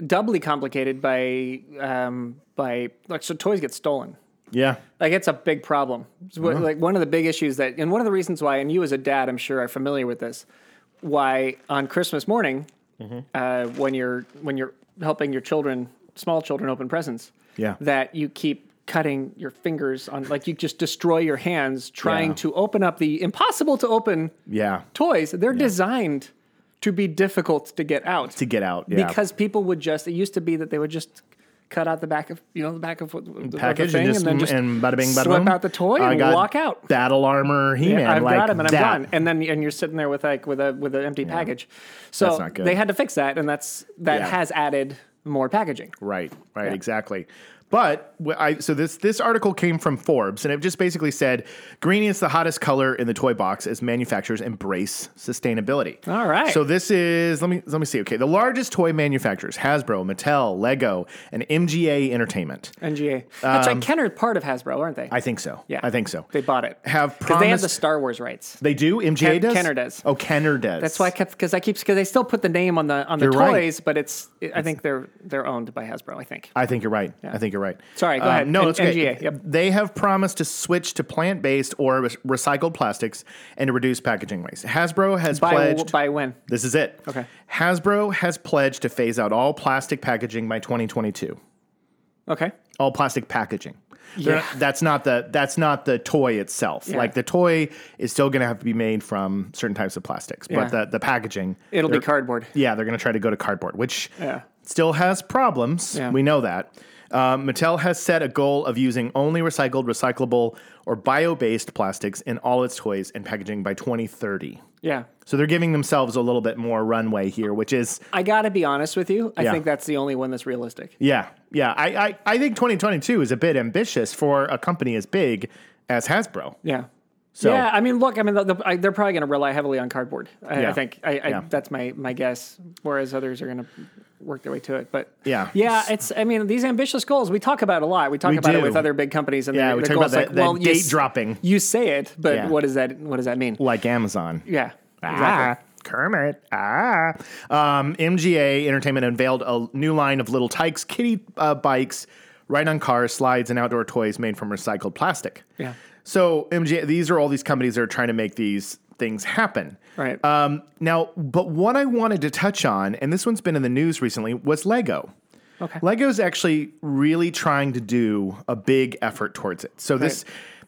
[SPEAKER 2] doubly complicated by um, by like so toys get stolen.
[SPEAKER 3] Yeah.
[SPEAKER 2] Like it's a big problem. It's
[SPEAKER 3] Mm-hmm.
[SPEAKER 2] what- Like one of the big issues that, and one of the reasons why, and you as a dad, I'm sure are familiar with this, why on Christmas morning,
[SPEAKER 3] Mm-hmm.
[SPEAKER 2] uh, when you're when you're helping your children, small children, open presents,
[SPEAKER 3] Yeah.
[SPEAKER 2] that you keep cutting your fingers on, like you just destroy your hands trying
[SPEAKER 3] Yeah.
[SPEAKER 2] to open up the impossible to open
[SPEAKER 3] Yeah.
[SPEAKER 2] toys. They're designed to be difficult to get out
[SPEAKER 3] To get out. Yeah.
[SPEAKER 2] because people would just it used to be that they would just cut out the back of you know the back of what- the
[SPEAKER 3] package
[SPEAKER 2] thing
[SPEAKER 3] and, just,
[SPEAKER 2] then
[SPEAKER 3] and,
[SPEAKER 2] just
[SPEAKER 3] bada bing, bada
[SPEAKER 2] slip
[SPEAKER 3] boom.
[SPEAKER 2] out the toy
[SPEAKER 3] I
[SPEAKER 2] and
[SPEAKER 3] got
[SPEAKER 2] walk out.
[SPEAKER 3] Battle armor He Man.
[SPEAKER 2] I've
[SPEAKER 3] like
[SPEAKER 2] got him and
[SPEAKER 3] that.
[SPEAKER 2] I'm gone, and then and you're sitting there with like with a with an empty package. So
[SPEAKER 3] That's not good.
[SPEAKER 2] they had to fix that, and that's that
[SPEAKER 3] Yeah.
[SPEAKER 2] has added more packaging.
[SPEAKER 3] Right, right, exactly. But wh- I so this this article came from Forbes, and it just basically said green is the hottest color in the toy box as manufacturers embrace sustainability.
[SPEAKER 2] All right.
[SPEAKER 3] So this is let me let me see. Okay, the largest toy manufacturers: Hasbro, Mattel, Lego, and MGA Entertainment.
[SPEAKER 2] NGA. That's right. Kenner is part of Hasbro, aren't they?
[SPEAKER 3] Um, I think so.
[SPEAKER 2] yeah,
[SPEAKER 3] I think so.
[SPEAKER 2] They bought it
[SPEAKER 3] Have
[SPEAKER 2] because they have the
[SPEAKER 3] promised-
[SPEAKER 2] Star Wars rights.
[SPEAKER 3] They do. MGA
[SPEAKER 2] Ken-
[SPEAKER 3] does.
[SPEAKER 2] Kenner does.
[SPEAKER 3] Oh, Kenner does.
[SPEAKER 2] That's why I kept because I keep because they still put the name on the on the
[SPEAKER 3] You're right.
[SPEAKER 2] toys, but it's I think they're they're owned by Hasbro. I think.
[SPEAKER 3] I think you're right. I think you're right. Um,
[SPEAKER 2] Sorry, go ahead.
[SPEAKER 3] No,
[SPEAKER 2] N-
[SPEAKER 3] it's okay.
[SPEAKER 2] NGA, yep.
[SPEAKER 3] They have promised to switch to plant-based or re- recycled plastics and to reduce packaging waste. Hasbro has
[SPEAKER 2] By
[SPEAKER 3] pledged.
[SPEAKER 2] by when?
[SPEAKER 3] this is it.
[SPEAKER 2] Okay.
[SPEAKER 3] Hasbro has pledged to phase out all plastic packaging by 2022.
[SPEAKER 2] Okay.
[SPEAKER 3] All plastic packaging. They're
[SPEAKER 2] Yeah.
[SPEAKER 3] not- that's not the that's not the toy itself. Like the toy is still going to have to be made from certain types of plastics,
[SPEAKER 2] Yeah.
[SPEAKER 3] but the the packaging
[SPEAKER 2] It'll be
[SPEAKER 3] they're-
[SPEAKER 2] cardboard.
[SPEAKER 3] yeah, they're going to try to go to cardboard, which
[SPEAKER 2] Yeah.
[SPEAKER 3] still has problems.
[SPEAKER 2] Yeah.
[SPEAKER 3] We know that. Um, Mattel has set a goal of using only recycled, recyclable, or bio based plastics in all its toys and packaging by 2030.
[SPEAKER 2] Yeah.
[SPEAKER 3] So they're giving themselves a little bit more runway here, which is,
[SPEAKER 2] I gotta be honest with you. I
[SPEAKER 3] Yeah.
[SPEAKER 2] think that's the only one that's realistic.
[SPEAKER 3] yeah, yeah. I, I, I think 2022 is a bit ambitious for a company as big as Hasbro.
[SPEAKER 2] Yeah.
[SPEAKER 3] So,
[SPEAKER 2] yeah, I mean, look, I mean, the, the, I, they're probably going to rely heavily on cardboard. I, I
[SPEAKER 3] Yeah.
[SPEAKER 2] think I, I,
[SPEAKER 3] Yeah.
[SPEAKER 2] that's my my guess. Whereas others are going to work their way to it. But
[SPEAKER 3] Yeah.
[SPEAKER 2] yeah, it's. I mean, these ambitious goals we talk about a lot. We talk
[SPEAKER 3] We
[SPEAKER 2] about it
[SPEAKER 3] do.
[SPEAKER 2] with other big companies, and
[SPEAKER 3] Yeah,
[SPEAKER 2] their-
[SPEAKER 3] we
[SPEAKER 2] their
[SPEAKER 3] talk about
[SPEAKER 2] goals,
[SPEAKER 3] that- that
[SPEAKER 2] you
[SPEAKER 3] date
[SPEAKER 2] s-
[SPEAKER 3] dropping.
[SPEAKER 2] You say it, but
[SPEAKER 3] Yeah.
[SPEAKER 2] what does that? What does that mean?
[SPEAKER 3] like Amazon.
[SPEAKER 2] Yeah.
[SPEAKER 3] Ah, Kermit. Ah. Um, MGA Entertainment unveiled a new line of little tykes, kitty uh, bikes, ride on cars, slides, and outdoor toys made from recycled plastic.
[SPEAKER 2] Yeah.
[SPEAKER 3] So MGA, these are all these companies that are trying to make these things happen.
[SPEAKER 2] Right.
[SPEAKER 3] Um, now, but what I wanted to touch on, and this one's been in the news recently, was Lego.
[SPEAKER 2] Okay.
[SPEAKER 3] Lego's actually really trying to do a big effort towards it. So this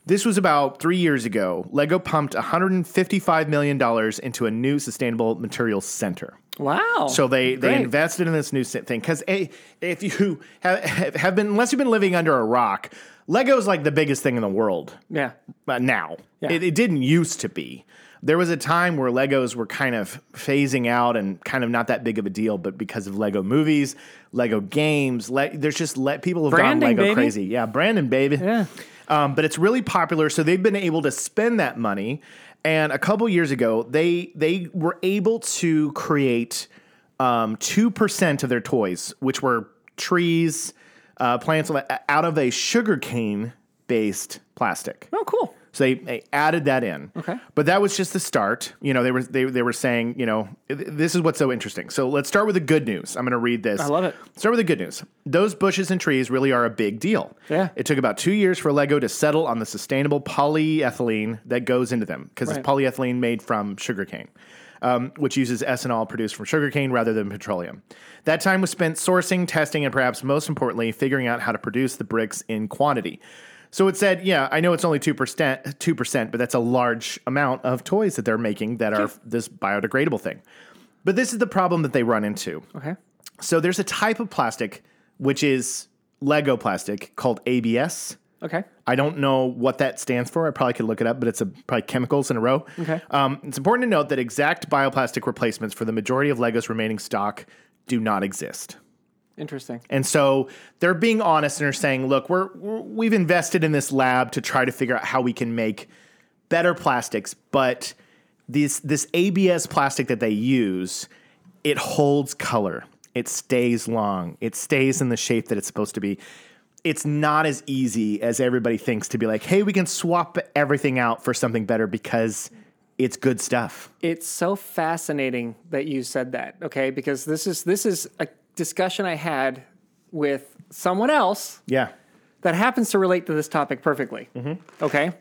[SPEAKER 3] this was about 3 years ago. Lego pumped 155 million dollars into a new sustainable materials center.
[SPEAKER 2] Wow.
[SPEAKER 3] So they
[SPEAKER 2] Great.
[SPEAKER 3] they invested in this new si- thing cuz if you have, have been unless you've been living under a rock, Lego's like the biggest thing in the world
[SPEAKER 2] Yeah.
[SPEAKER 3] uh, now. It, it didn't used to be. There was a time where Legos were kind of phasing out and kind of not that big of a deal, but because of Lego movies, Lego games, le- there's just let people have
[SPEAKER 2] Branding,
[SPEAKER 3] gone Lego
[SPEAKER 2] baby.
[SPEAKER 3] crazy. Yeah, Brandon, baby.
[SPEAKER 2] Yeah.
[SPEAKER 3] Um, but it's really popular, so they've been able to spend that money. And a couple years ago, they they were able to create um, two percent of their toys, which were trees, uh, plants, out of a sugarcane based plastic.
[SPEAKER 2] Oh, cool.
[SPEAKER 3] So they, they added that in.
[SPEAKER 2] Okay.
[SPEAKER 3] But that was just the start. You know, they were they, they were saying, you know, th- this is what's so interesting. So let's start with the good news. I'm going to read this. I
[SPEAKER 2] love it.
[SPEAKER 3] Start with the good news. Those bushes and trees really are a big deal.
[SPEAKER 2] Yeah.
[SPEAKER 3] It took about 2 years for Lego to settle on the sustainable polyethylene that goes into them because
[SPEAKER 2] Right.
[SPEAKER 3] it's polyethylene made from sugarcane. Um, which uses ethanol produced from sugarcane rather than petroleum. That time was spent sourcing, testing, and perhaps most importantly, figuring out how to produce the bricks in quantity. So it said, yeah, I know it's only 2%, 2%, but that's a large amount of toys that they're making that are this biodegradable thing. But this is the problem that they run into.
[SPEAKER 2] Okay.
[SPEAKER 3] So there's a type of plastic which is Lego plastic called ABS.
[SPEAKER 2] Okay.
[SPEAKER 3] I don't know what that stands for. I probably could look it up, but it's a, probably chemicals in a row.
[SPEAKER 2] Okay.
[SPEAKER 3] Um, it's important to note that exact bioplastic replacements for the majority of Lego's remaining stock do not exist.
[SPEAKER 2] Interesting.
[SPEAKER 3] And so they're being honest and are saying, look, we're, we're we've invested in this lab to try to figure out how we can make better plastics, but this this ABS plastic that they use, it holds color. It stays long. It stays in the shape that it's supposed to be. it's not as easy as everybody thinks to be like, hey, we can swap everything out for something better because it's good stuff.
[SPEAKER 2] It's so fascinating that you said that, okay? Because this is this is a discussion I had with someone else
[SPEAKER 3] Yeah.
[SPEAKER 2] that happens to relate to this topic perfectly.
[SPEAKER 3] Mm-hmm.
[SPEAKER 2] Okay,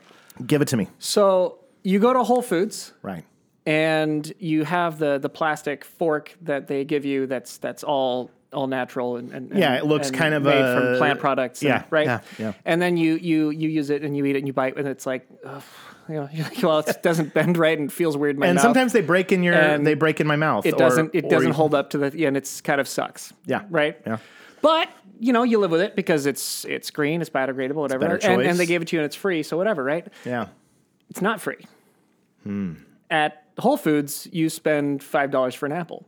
[SPEAKER 3] Give it to me.
[SPEAKER 2] so you go to Whole Foods
[SPEAKER 3] Right.
[SPEAKER 2] and you have the the plastic fork that they give you. That's that's all all natural and, and
[SPEAKER 3] Yeah,
[SPEAKER 2] and-
[SPEAKER 3] it looks
[SPEAKER 2] and
[SPEAKER 3] kind of,
[SPEAKER 2] made
[SPEAKER 3] uh,
[SPEAKER 2] from plant products. and-
[SPEAKER 3] yeah,
[SPEAKER 2] right.
[SPEAKER 3] yeah, yeah.
[SPEAKER 2] And then you you you use it and you eat it and you bite and it's like, ugh, you know, you're like, well, it doesn't bend right and feels weird in my
[SPEAKER 3] And
[SPEAKER 2] mouth.
[SPEAKER 3] sometimes they break in your
[SPEAKER 2] And
[SPEAKER 3] they break in my mouth.
[SPEAKER 2] it
[SPEAKER 3] or-
[SPEAKER 2] doesn't it
[SPEAKER 3] or
[SPEAKER 2] doesn't
[SPEAKER 3] you-
[SPEAKER 2] hold up to the yeah, and it's kind of sucks.
[SPEAKER 3] Yeah.
[SPEAKER 2] Right.
[SPEAKER 3] Yeah.
[SPEAKER 2] But you know you live with it because it's it's green, it's biodegradable, whatever,
[SPEAKER 3] better
[SPEAKER 2] and,
[SPEAKER 3] choice.
[SPEAKER 2] and they gave it to you and it's free, so whatever, right?
[SPEAKER 3] Yeah.
[SPEAKER 2] It's not free.
[SPEAKER 3] Hmm.
[SPEAKER 2] At Whole Foods, you spend five dollars for an apple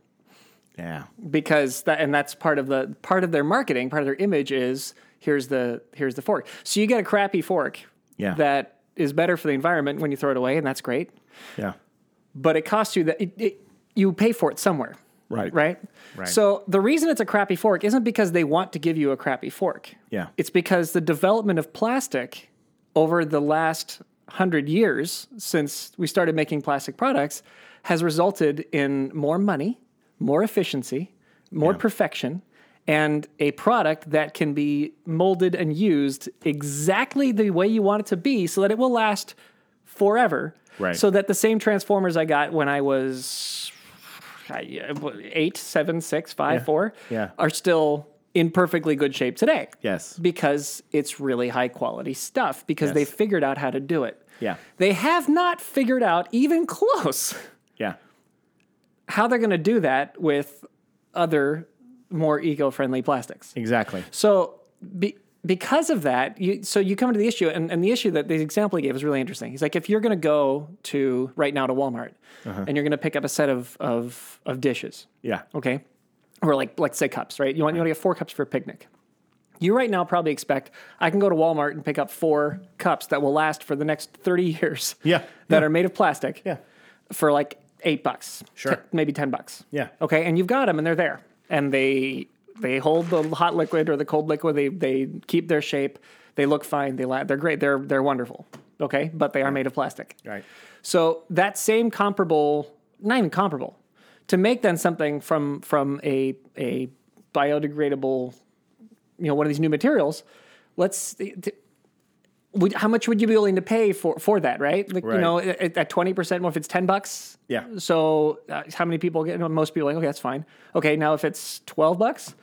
[SPEAKER 3] Yeah.
[SPEAKER 2] because that and that's part of the part of their marketing, part of their image is here's the here's the fork. So you get a crappy fork
[SPEAKER 3] Yeah.
[SPEAKER 2] that is better for the environment when you throw it away, and that's great.
[SPEAKER 3] Yeah.
[SPEAKER 2] But it costs you that it, it, you pay for it somewhere.
[SPEAKER 3] Right.
[SPEAKER 2] Right?
[SPEAKER 3] Right.
[SPEAKER 2] So the reason it's a crappy fork isn't because they want to give you a crappy fork.
[SPEAKER 3] Yeah.
[SPEAKER 2] It's because the development of plastic over the last hundred years since we started making plastic products has resulted in more money, more efficiency, more perfection, and a product that can be molded and used exactly the way you want it to be so that it will last forever.
[SPEAKER 3] Right.
[SPEAKER 2] So that the same transformers I got when I was I- uh, eight, seven, six, five, four,
[SPEAKER 3] Yeah.
[SPEAKER 2] are still in perfectly good shape today.
[SPEAKER 3] Yes.
[SPEAKER 2] Because it's really high quality stuff because they
[SPEAKER 3] Yes.
[SPEAKER 2] figured out how to do it.
[SPEAKER 3] Yeah.
[SPEAKER 2] They have not figured out even close
[SPEAKER 3] Yeah.
[SPEAKER 2] how they're going to do that with other more eco-friendly plastics.
[SPEAKER 3] Exactly.
[SPEAKER 2] So be, because of that, you, so you come into the issue, and, and the issue that the example he gave is really interesting. He's like, if you're going to go to right now to Walmart,
[SPEAKER 3] Uh-huh.
[SPEAKER 2] and you're going to pick up a set of of, of dishes,
[SPEAKER 3] Yeah.
[SPEAKER 2] okay, or like like say cups, right? You want you want to get four cups for a picnic. You right now probably expect I can go to Walmart and pick up four cups that will last for the next thirty years.
[SPEAKER 3] Yeah.
[SPEAKER 2] that
[SPEAKER 3] Yeah.
[SPEAKER 2] are made of plastic.
[SPEAKER 3] Yeah.
[SPEAKER 2] for like eight bucks,
[SPEAKER 3] Sure.
[SPEAKER 2] te- maybe ten bucks.
[SPEAKER 3] Yeah.
[SPEAKER 2] okay, and you've got them and they're there and they they hold the hot liquid or the cold liquid. They they keep their shape. They look fine. They la- they're great. They're they're wonderful. Okay, but they are made of plastic.
[SPEAKER 3] Right.
[SPEAKER 2] So that same comparable, not even comparable, to make then something from from a a biodegradable, you know, one of these new materials. Let's. t- t- would, how much would you be willing to pay for, for that, right? Like,
[SPEAKER 3] Right.
[SPEAKER 2] You know, at at twenty percent, well, if it's ten bucks,
[SPEAKER 3] Yeah.
[SPEAKER 2] So uh, how many people get? Most people are like, okay, that's fine. Okay, now if it's twelve bucks,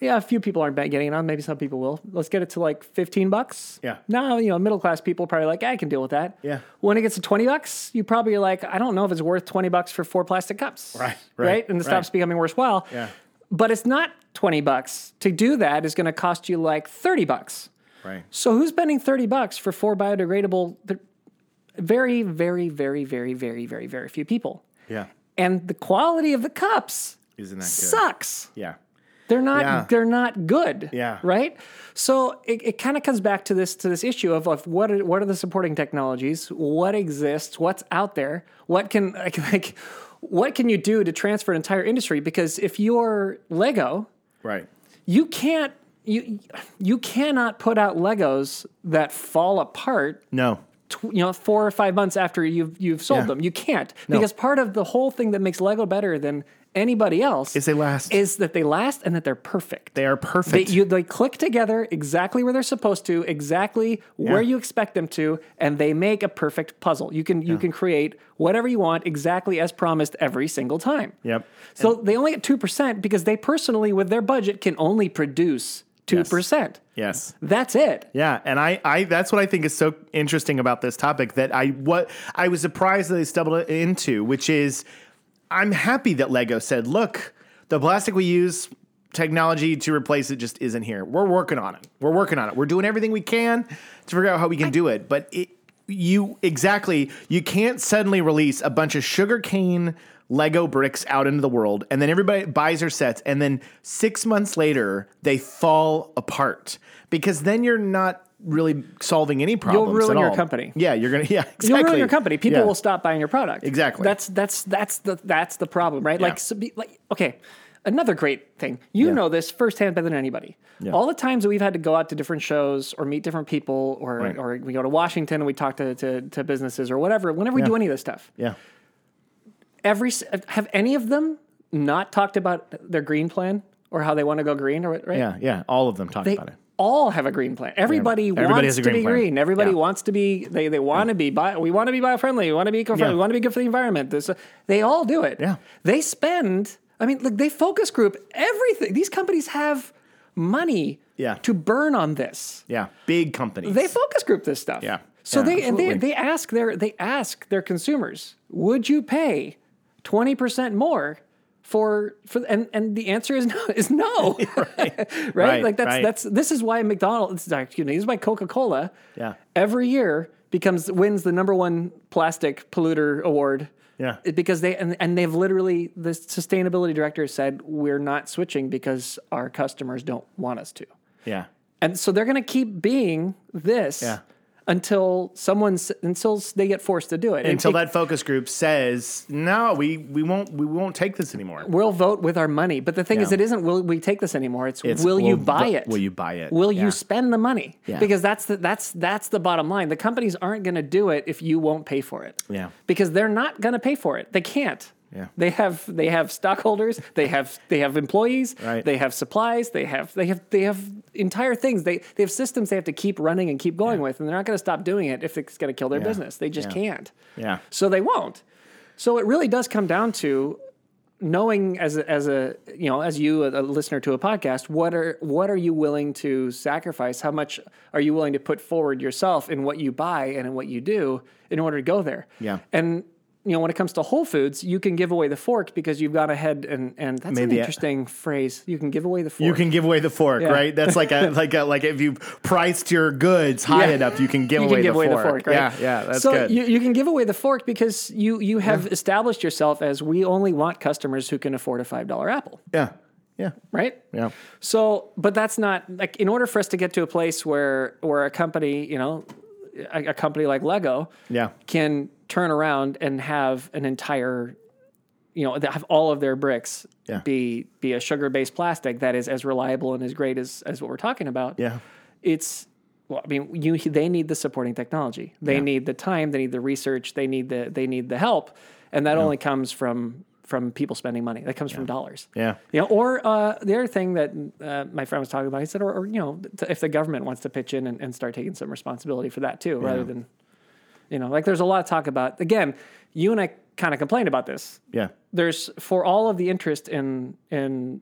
[SPEAKER 2] yeah, a few people aren't getting it on. Maybe some people will. Let's get it to like fifteen bucks.
[SPEAKER 3] Yeah.
[SPEAKER 2] Now you know, middle class people probably like, I can deal with that.
[SPEAKER 3] Yeah.
[SPEAKER 2] When it gets to twenty bucks, you probably are like, I don't know if it's worth twenty bucks for four plastic cups.
[SPEAKER 3] Right,
[SPEAKER 2] Right.
[SPEAKER 3] right,
[SPEAKER 2] And it
[SPEAKER 3] right.
[SPEAKER 2] stops becoming worthwhile.
[SPEAKER 3] Yeah.
[SPEAKER 2] But it's not twenty bucks to do that. Is going to cost you like thirty bucks.
[SPEAKER 3] Right.
[SPEAKER 2] So who's spending 30 bucks for four biodegradable? they're Very, very, very, very, very, very, very few people.
[SPEAKER 3] Yeah.
[SPEAKER 2] And the quality of the cups
[SPEAKER 3] Isn't that good?
[SPEAKER 2] sucks.
[SPEAKER 3] Yeah.
[SPEAKER 2] They're not
[SPEAKER 3] Yeah.
[SPEAKER 2] they're not good.
[SPEAKER 3] Yeah.
[SPEAKER 2] Right? So it, it kind of comes back to this to this issue of, of what are, what are the supporting technologies? What exists? What's out there? What can like, like what can you do to transfer an entire industry? Because if you're Lego,
[SPEAKER 3] Right.
[SPEAKER 2] you can't you you cannot put out Legos that fall apart.
[SPEAKER 3] No.
[SPEAKER 2] Tw- you know, four or five months after you've you've sold
[SPEAKER 3] Yeah.
[SPEAKER 2] them, you can't because part of the whole thing that makes Lego better than anybody else
[SPEAKER 3] Is they last.
[SPEAKER 2] is that they last and that they're perfect.
[SPEAKER 3] they are
[SPEAKER 2] They,
[SPEAKER 3] perfect.
[SPEAKER 2] you, they click together exactly where they're supposed to, exactly where you expect them to, and they make a perfect puzzle. You can you can create whatever you want exactly as promised every single time.
[SPEAKER 3] yep.
[SPEAKER 2] So they only get 2% because they personally, with their budget, can only produce 2%.
[SPEAKER 3] Yes.
[SPEAKER 2] That's it.
[SPEAKER 3] Yeah, and I, I that's what I think is so interesting about this topic that I what I was surprised that I stumbled into, which is I'm happy that Lego said, look, the plastic we use technology to replace it just isn't here. We're working on it. We're working on it. We're doing everything we can to figure out how we can do it. But it you exactly you can't suddenly release a bunch of sugarcane Lego bricks out into the world, and then everybody buys their sets, and then six months later they fall apart because then you're not really solving any problems.
[SPEAKER 2] ruin
[SPEAKER 3] at
[SPEAKER 2] your
[SPEAKER 3] all.
[SPEAKER 2] company.
[SPEAKER 3] Yeah, you're gonna. Yeah, exactly.
[SPEAKER 2] You'll ruin your company. People
[SPEAKER 3] Yeah.
[SPEAKER 2] will stop buying your product.
[SPEAKER 3] Exactly.
[SPEAKER 2] That's that's that's the that's the problem, right? Like, so be, like okay, Another great thing, you know this firsthand better than anybody. All the times that we've had to go out to different shows or meet different people, or
[SPEAKER 3] Right.
[SPEAKER 2] or we go to Washington and we talk to to, to businesses or whatever. Whenever we do any of this stuff,
[SPEAKER 3] Yeah.
[SPEAKER 2] every s- have any of them not talked about their green plan or how they want to go green or what? Right?
[SPEAKER 3] Yeah. Yeah. All of them talk
[SPEAKER 2] They
[SPEAKER 3] about it.
[SPEAKER 2] all have a green plan. Everybody,
[SPEAKER 3] Everybody
[SPEAKER 2] wants
[SPEAKER 3] has a
[SPEAKER 2] to
[SPEAKER 3] green
[SPEAKER 2] be
[SPEAKER 3] plan.
[SPEAKER 2] green. Everybody
[SPEAKER 3] Yeah.
[SPEAKER 2] wants to be. They they want to be. Bio, we want to be biofriendly. We want to be eco-friendly.
[SPEAKER 3] Yeah.
[SPEAKER 2] We want to be good for the environment. This, they all do it.
[SPEAKER 3] Yeah.
[SPEAKER 2] They spend. I mean, look, they focus group everything. These companies have money.
[SPEAKER 3] Yeah.
[SPEAKER 2] To burn on this,
[SPEAKER 3] Yeah. Big companies.
[SPEAKER 2] they focus group this stuff.
[SPEAKER 3] Yeah.
[SPEAKER 2] So
[SPEAKER 3] Yeah,
[SPEAKER 2] they and they,
[SPEAKER 3] absolutely.
[SPEAKER 2] they ask their they ask their consumers, would you pay twenty percent more? For, for and and the answer is no is no right?
[SPEAKER 3] Right,
[SPEAKER 2] Like that's
[SPEAKER 3] right.
[SPEAKER 2] that's this is why McDonald's excuse me, this is why Coca Cola
[SPEAKER 3] Yeah.
[SPEAKER 2] every year becomes wins the number one plastic polluter award.
[SPEAKER 3] Yeah.
[SPEAKER 2] It- Because they and, and they've literally the sustainability director said we're not switching because our customers don't want us to.
[SPEAKER 3] yeah.
[SPEAKER 2] And so they're going to keep being this
[SPEAKER 3] Yeah.
[SPEAKER 2] until someone's until they get forced to do it. And
[SPEAKER 3] Until
[SPEAKER 2] it-
[SPEAKER 3] that focus group says, "No, we, we won't we won't take this anymore."
[SPEAKER 2] we'll vote with our money. But the thing is,
[SPEAKER 3] Yeah.
[SPEAKER 2] it isn't will we take this anymore. It's,
[SPEAKER 3] It's,
[SPEAKER 2] will you
[SPEAKER 3] "Well,
[SPEAKER 2] buy
[SPEAKER 3] th-
[SPEAKER 2] it?
[SPEAKER 3] will you buy it?"
[SPEAKER 2] Will
[SPEAKER 3] Yeah.
[SPEAKER 2] you spend the money?
[SPEAKER 3] Yeah.
[SPEAKER 2] Because that's the that's that's the bottom line. The companies aren't going to do it if you won't pay for it.
[SPEAKER 3] Yeah.
[SPEAKER 2] Because they're not going to pay for it. They can't.
[SPEAKER 3] Yeah.
[SPEAKER 2] They have they have stockholders. They have they have employees.
[SPEAKER 3] Right.
[SPEAKER 2] They have supplies. They have they have they have entire things. They they have systems they have to keep running and keep going with, and they're not going to stop doing it if it's going to kill their business. They just
[SPEAKER 3] Yeah.
[SPEAKER 2] can't.
[SPEAKER 3] Yeah.
[SPEAKER 2] So they won't. So it really does come down to knowing as a, as a you know as you a, a listener to a podcast what are what are you willing to sacrifice how much are you willing to put forward yourself in what you buy and in what you do in order to go there
[SPEAKER 3] Yeah.
[SPEAKER 2] and you know when it comes to whole foods you can give away the fork because you've gone ahead and and that's
[SPEAKER 3] Maybe
[SPEAKER 2] an
[SPEAKER 3] I-
[SPEAKER 2] interesting phrase you can give away the fork
[SPEAKER 3] You can give away the fork,
[SPEAKER 2] Yeah.
[SPEAKER 3] right? That's like a like a like if you priced your goods high
[SPEAKER 2] Yeah.
[SPEAKER 3] enough, you can give
[SPEAKER 2] you
[SPEAKER 3] away
[SPEAKER 2] can give
[SPEAKER 3] the
[SPEAKER 2] away
[SPEAKER 3] fork.
[SPEAKER 2] the fork, right?
[SPEAKER 3] Yeah, yeah, that's
[SPEAKER 2] so
[SPEAKER 3] good.
[SPEAKER 2] You, you can give away the fork because you you have established yourself as we only want customers who can afford a five dollar apple,
[SPEAKER 3] yeah, yeah,
[SPEAKER 2] right?
[SPEAKER 3] yeah,
[SPEAKER 2] So, but that's not like in order for us to get to a place where where a company, you know, a, a company like Lego,
[SPEAKER 3] yeah,
[SPEAKER 2] can turn around and have an entire, you know, that have all of their bricks
[SPEAKER 3] Yeah.
[SPEAKER 2] be be a sugar based plastic that is as reliable and as great as as what we're talking about
[SPEAKER 3] yeah,
[SPEAKER 2] it's well, I mean, you they need the supporting technology. They need the time. They need the research. They need the they need the help, and that only comes from from people spending money. That comes from dollars.
[SPEAKER 3] yeah.
[SPEAKER 2] You know, or uh, the other thing that uh, my friend was talking about, he said, or, or you know, t- if the government wants to pitch in and, and start taking some responsibility for that too, rather than, you know, like there's a lot of talk about. Again, you and I kind of complained about this
[SPEAKER 3] yeah.
[SPEAKER 2] there's for all of the interest in in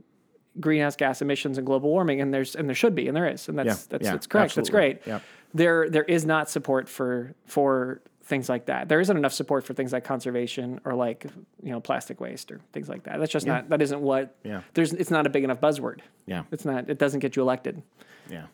[SPEAKER 2] greenhouse gas emissions and global warming and there's and there should be and there is and that's
[SPEAKER 3] Yeah,
[SPEAKER 2] that's
[SPEAKER 3] yeah,
[SPEAKER 2] that's correct that's
[SPEAKER 3] absolutely.
[SPEAKER 2] great
[SPEAKER 3] Yeah.
[SPEAKER 2] there there is not support for for things like that there isn't enough support for things like conservation or like you know plastic waste or things like that that's just not that isn't what
[SPEAKER 3] Yeah.
[SPEAKER 2] there's it's not a big enough buzzword
[SPEAKER 3] Yeah.
[SPEAKER 2] it's not it doesn't get you elected
[SPEAKER 3] Yeah.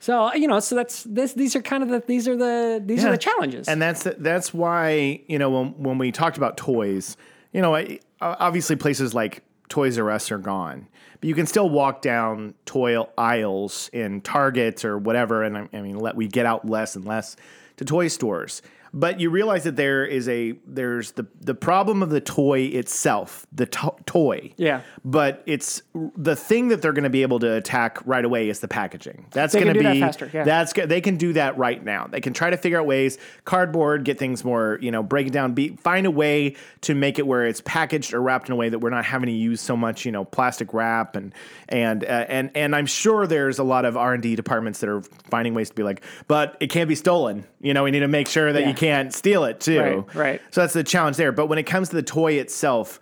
[SPEAKER 2] so you know so that's this these are kind of the these are the these are
[SPEAKER 3] Yeah.
[SPEAKER 2] the challenges
[SPEAKER 3] And that's that's why you know when when we talked about toys, you know, I, obviously places like Toys R Us are gone, but you can still walk down toy aisles in Target or whatever, and I, I mean, let we get out less and less to toy stores. But you realize that there is a there's the the problem of the toy itself, the to- toy.
[SPEAKER 2] Yeah.
[SPEAKER 3] But it's the thing that they're going to be able to attack right away is the packaging. That's
[SPEAKER 2] They
[SPEAKER 3] going
[SPEAKER 2] can
[SPEAKER 3] to
[SPEAKER 2] do that
[SPEAKER 3] be
[SPEAKER 2] faster, yeah.
[SPEAKER 3] that's good. They can do that right now. They can try to figure out ways, cardboard, get things more, you know, break it down, be, find a way to make it where it's packaged or wrapped in a way that we're not having to use so much, you know, plastic wrap and and uh, and and I'm sure there's a lot of R and D departments that are finding ways to be like, but it can't be stolen. You know, we need to make sure that
[SPEAKER 2] Yeah.
[SPEAKER 3] you can't steal it too.
[SPEAKER 2] Right, right.
[SPEAKER 3] So that's the challenge there. But when it comes to the toy itself,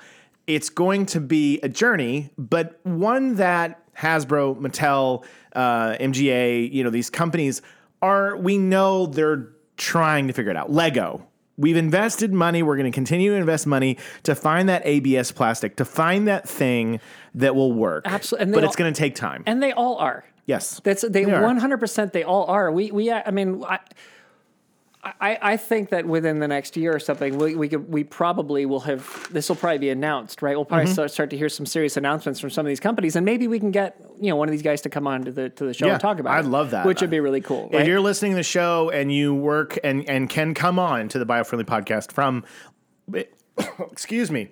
[SPEAKER 3] it's going to be a journey, but one that Hasbro, Mattel, uh, MGA, you know, these companies are, we know they're trying to figure it out. Lego. We've invested money. We're going to continue to invest money to find that ABS plastic, to find that thing that will work.
[SPEAKER 2] Absolute- and they
[SPEAKER 3] But
[SPEAKER 2] all-
[SPEAKER 3] it's going to take time.
[SPEAKER 2] and they all are
[SPEAKER 3] yes.
[SPEAKER 2] That's they
[SPEAKER 3] They are.
[SPEAKER 2] one hundred percent. They all are. We we I mean I, I I think that within the next year or something we we could, we probably will have this will probably be announced right. We'll probably
[SPEAKER 3] Mm-hmm.
[SPEAKER 2] start, start to hear some serious announcements from some of these companies and maybe we can get you know one of these guys to come on to the to the show
[SPEAKER 3] Yeah,
[SPEAKER 2] and talk about.
[SPEAKER 3] I'd
[SPEAKER 2] it,
[SPEAKER 3] love that.
[SPEAKER 2] which would be really cool.
[SPEAKER 3] If
[SPEAKER 2] right?
[SPEAKER 3] you're listening to the show and you work and, and can come on to the Biofriendly podcast from, excuse me,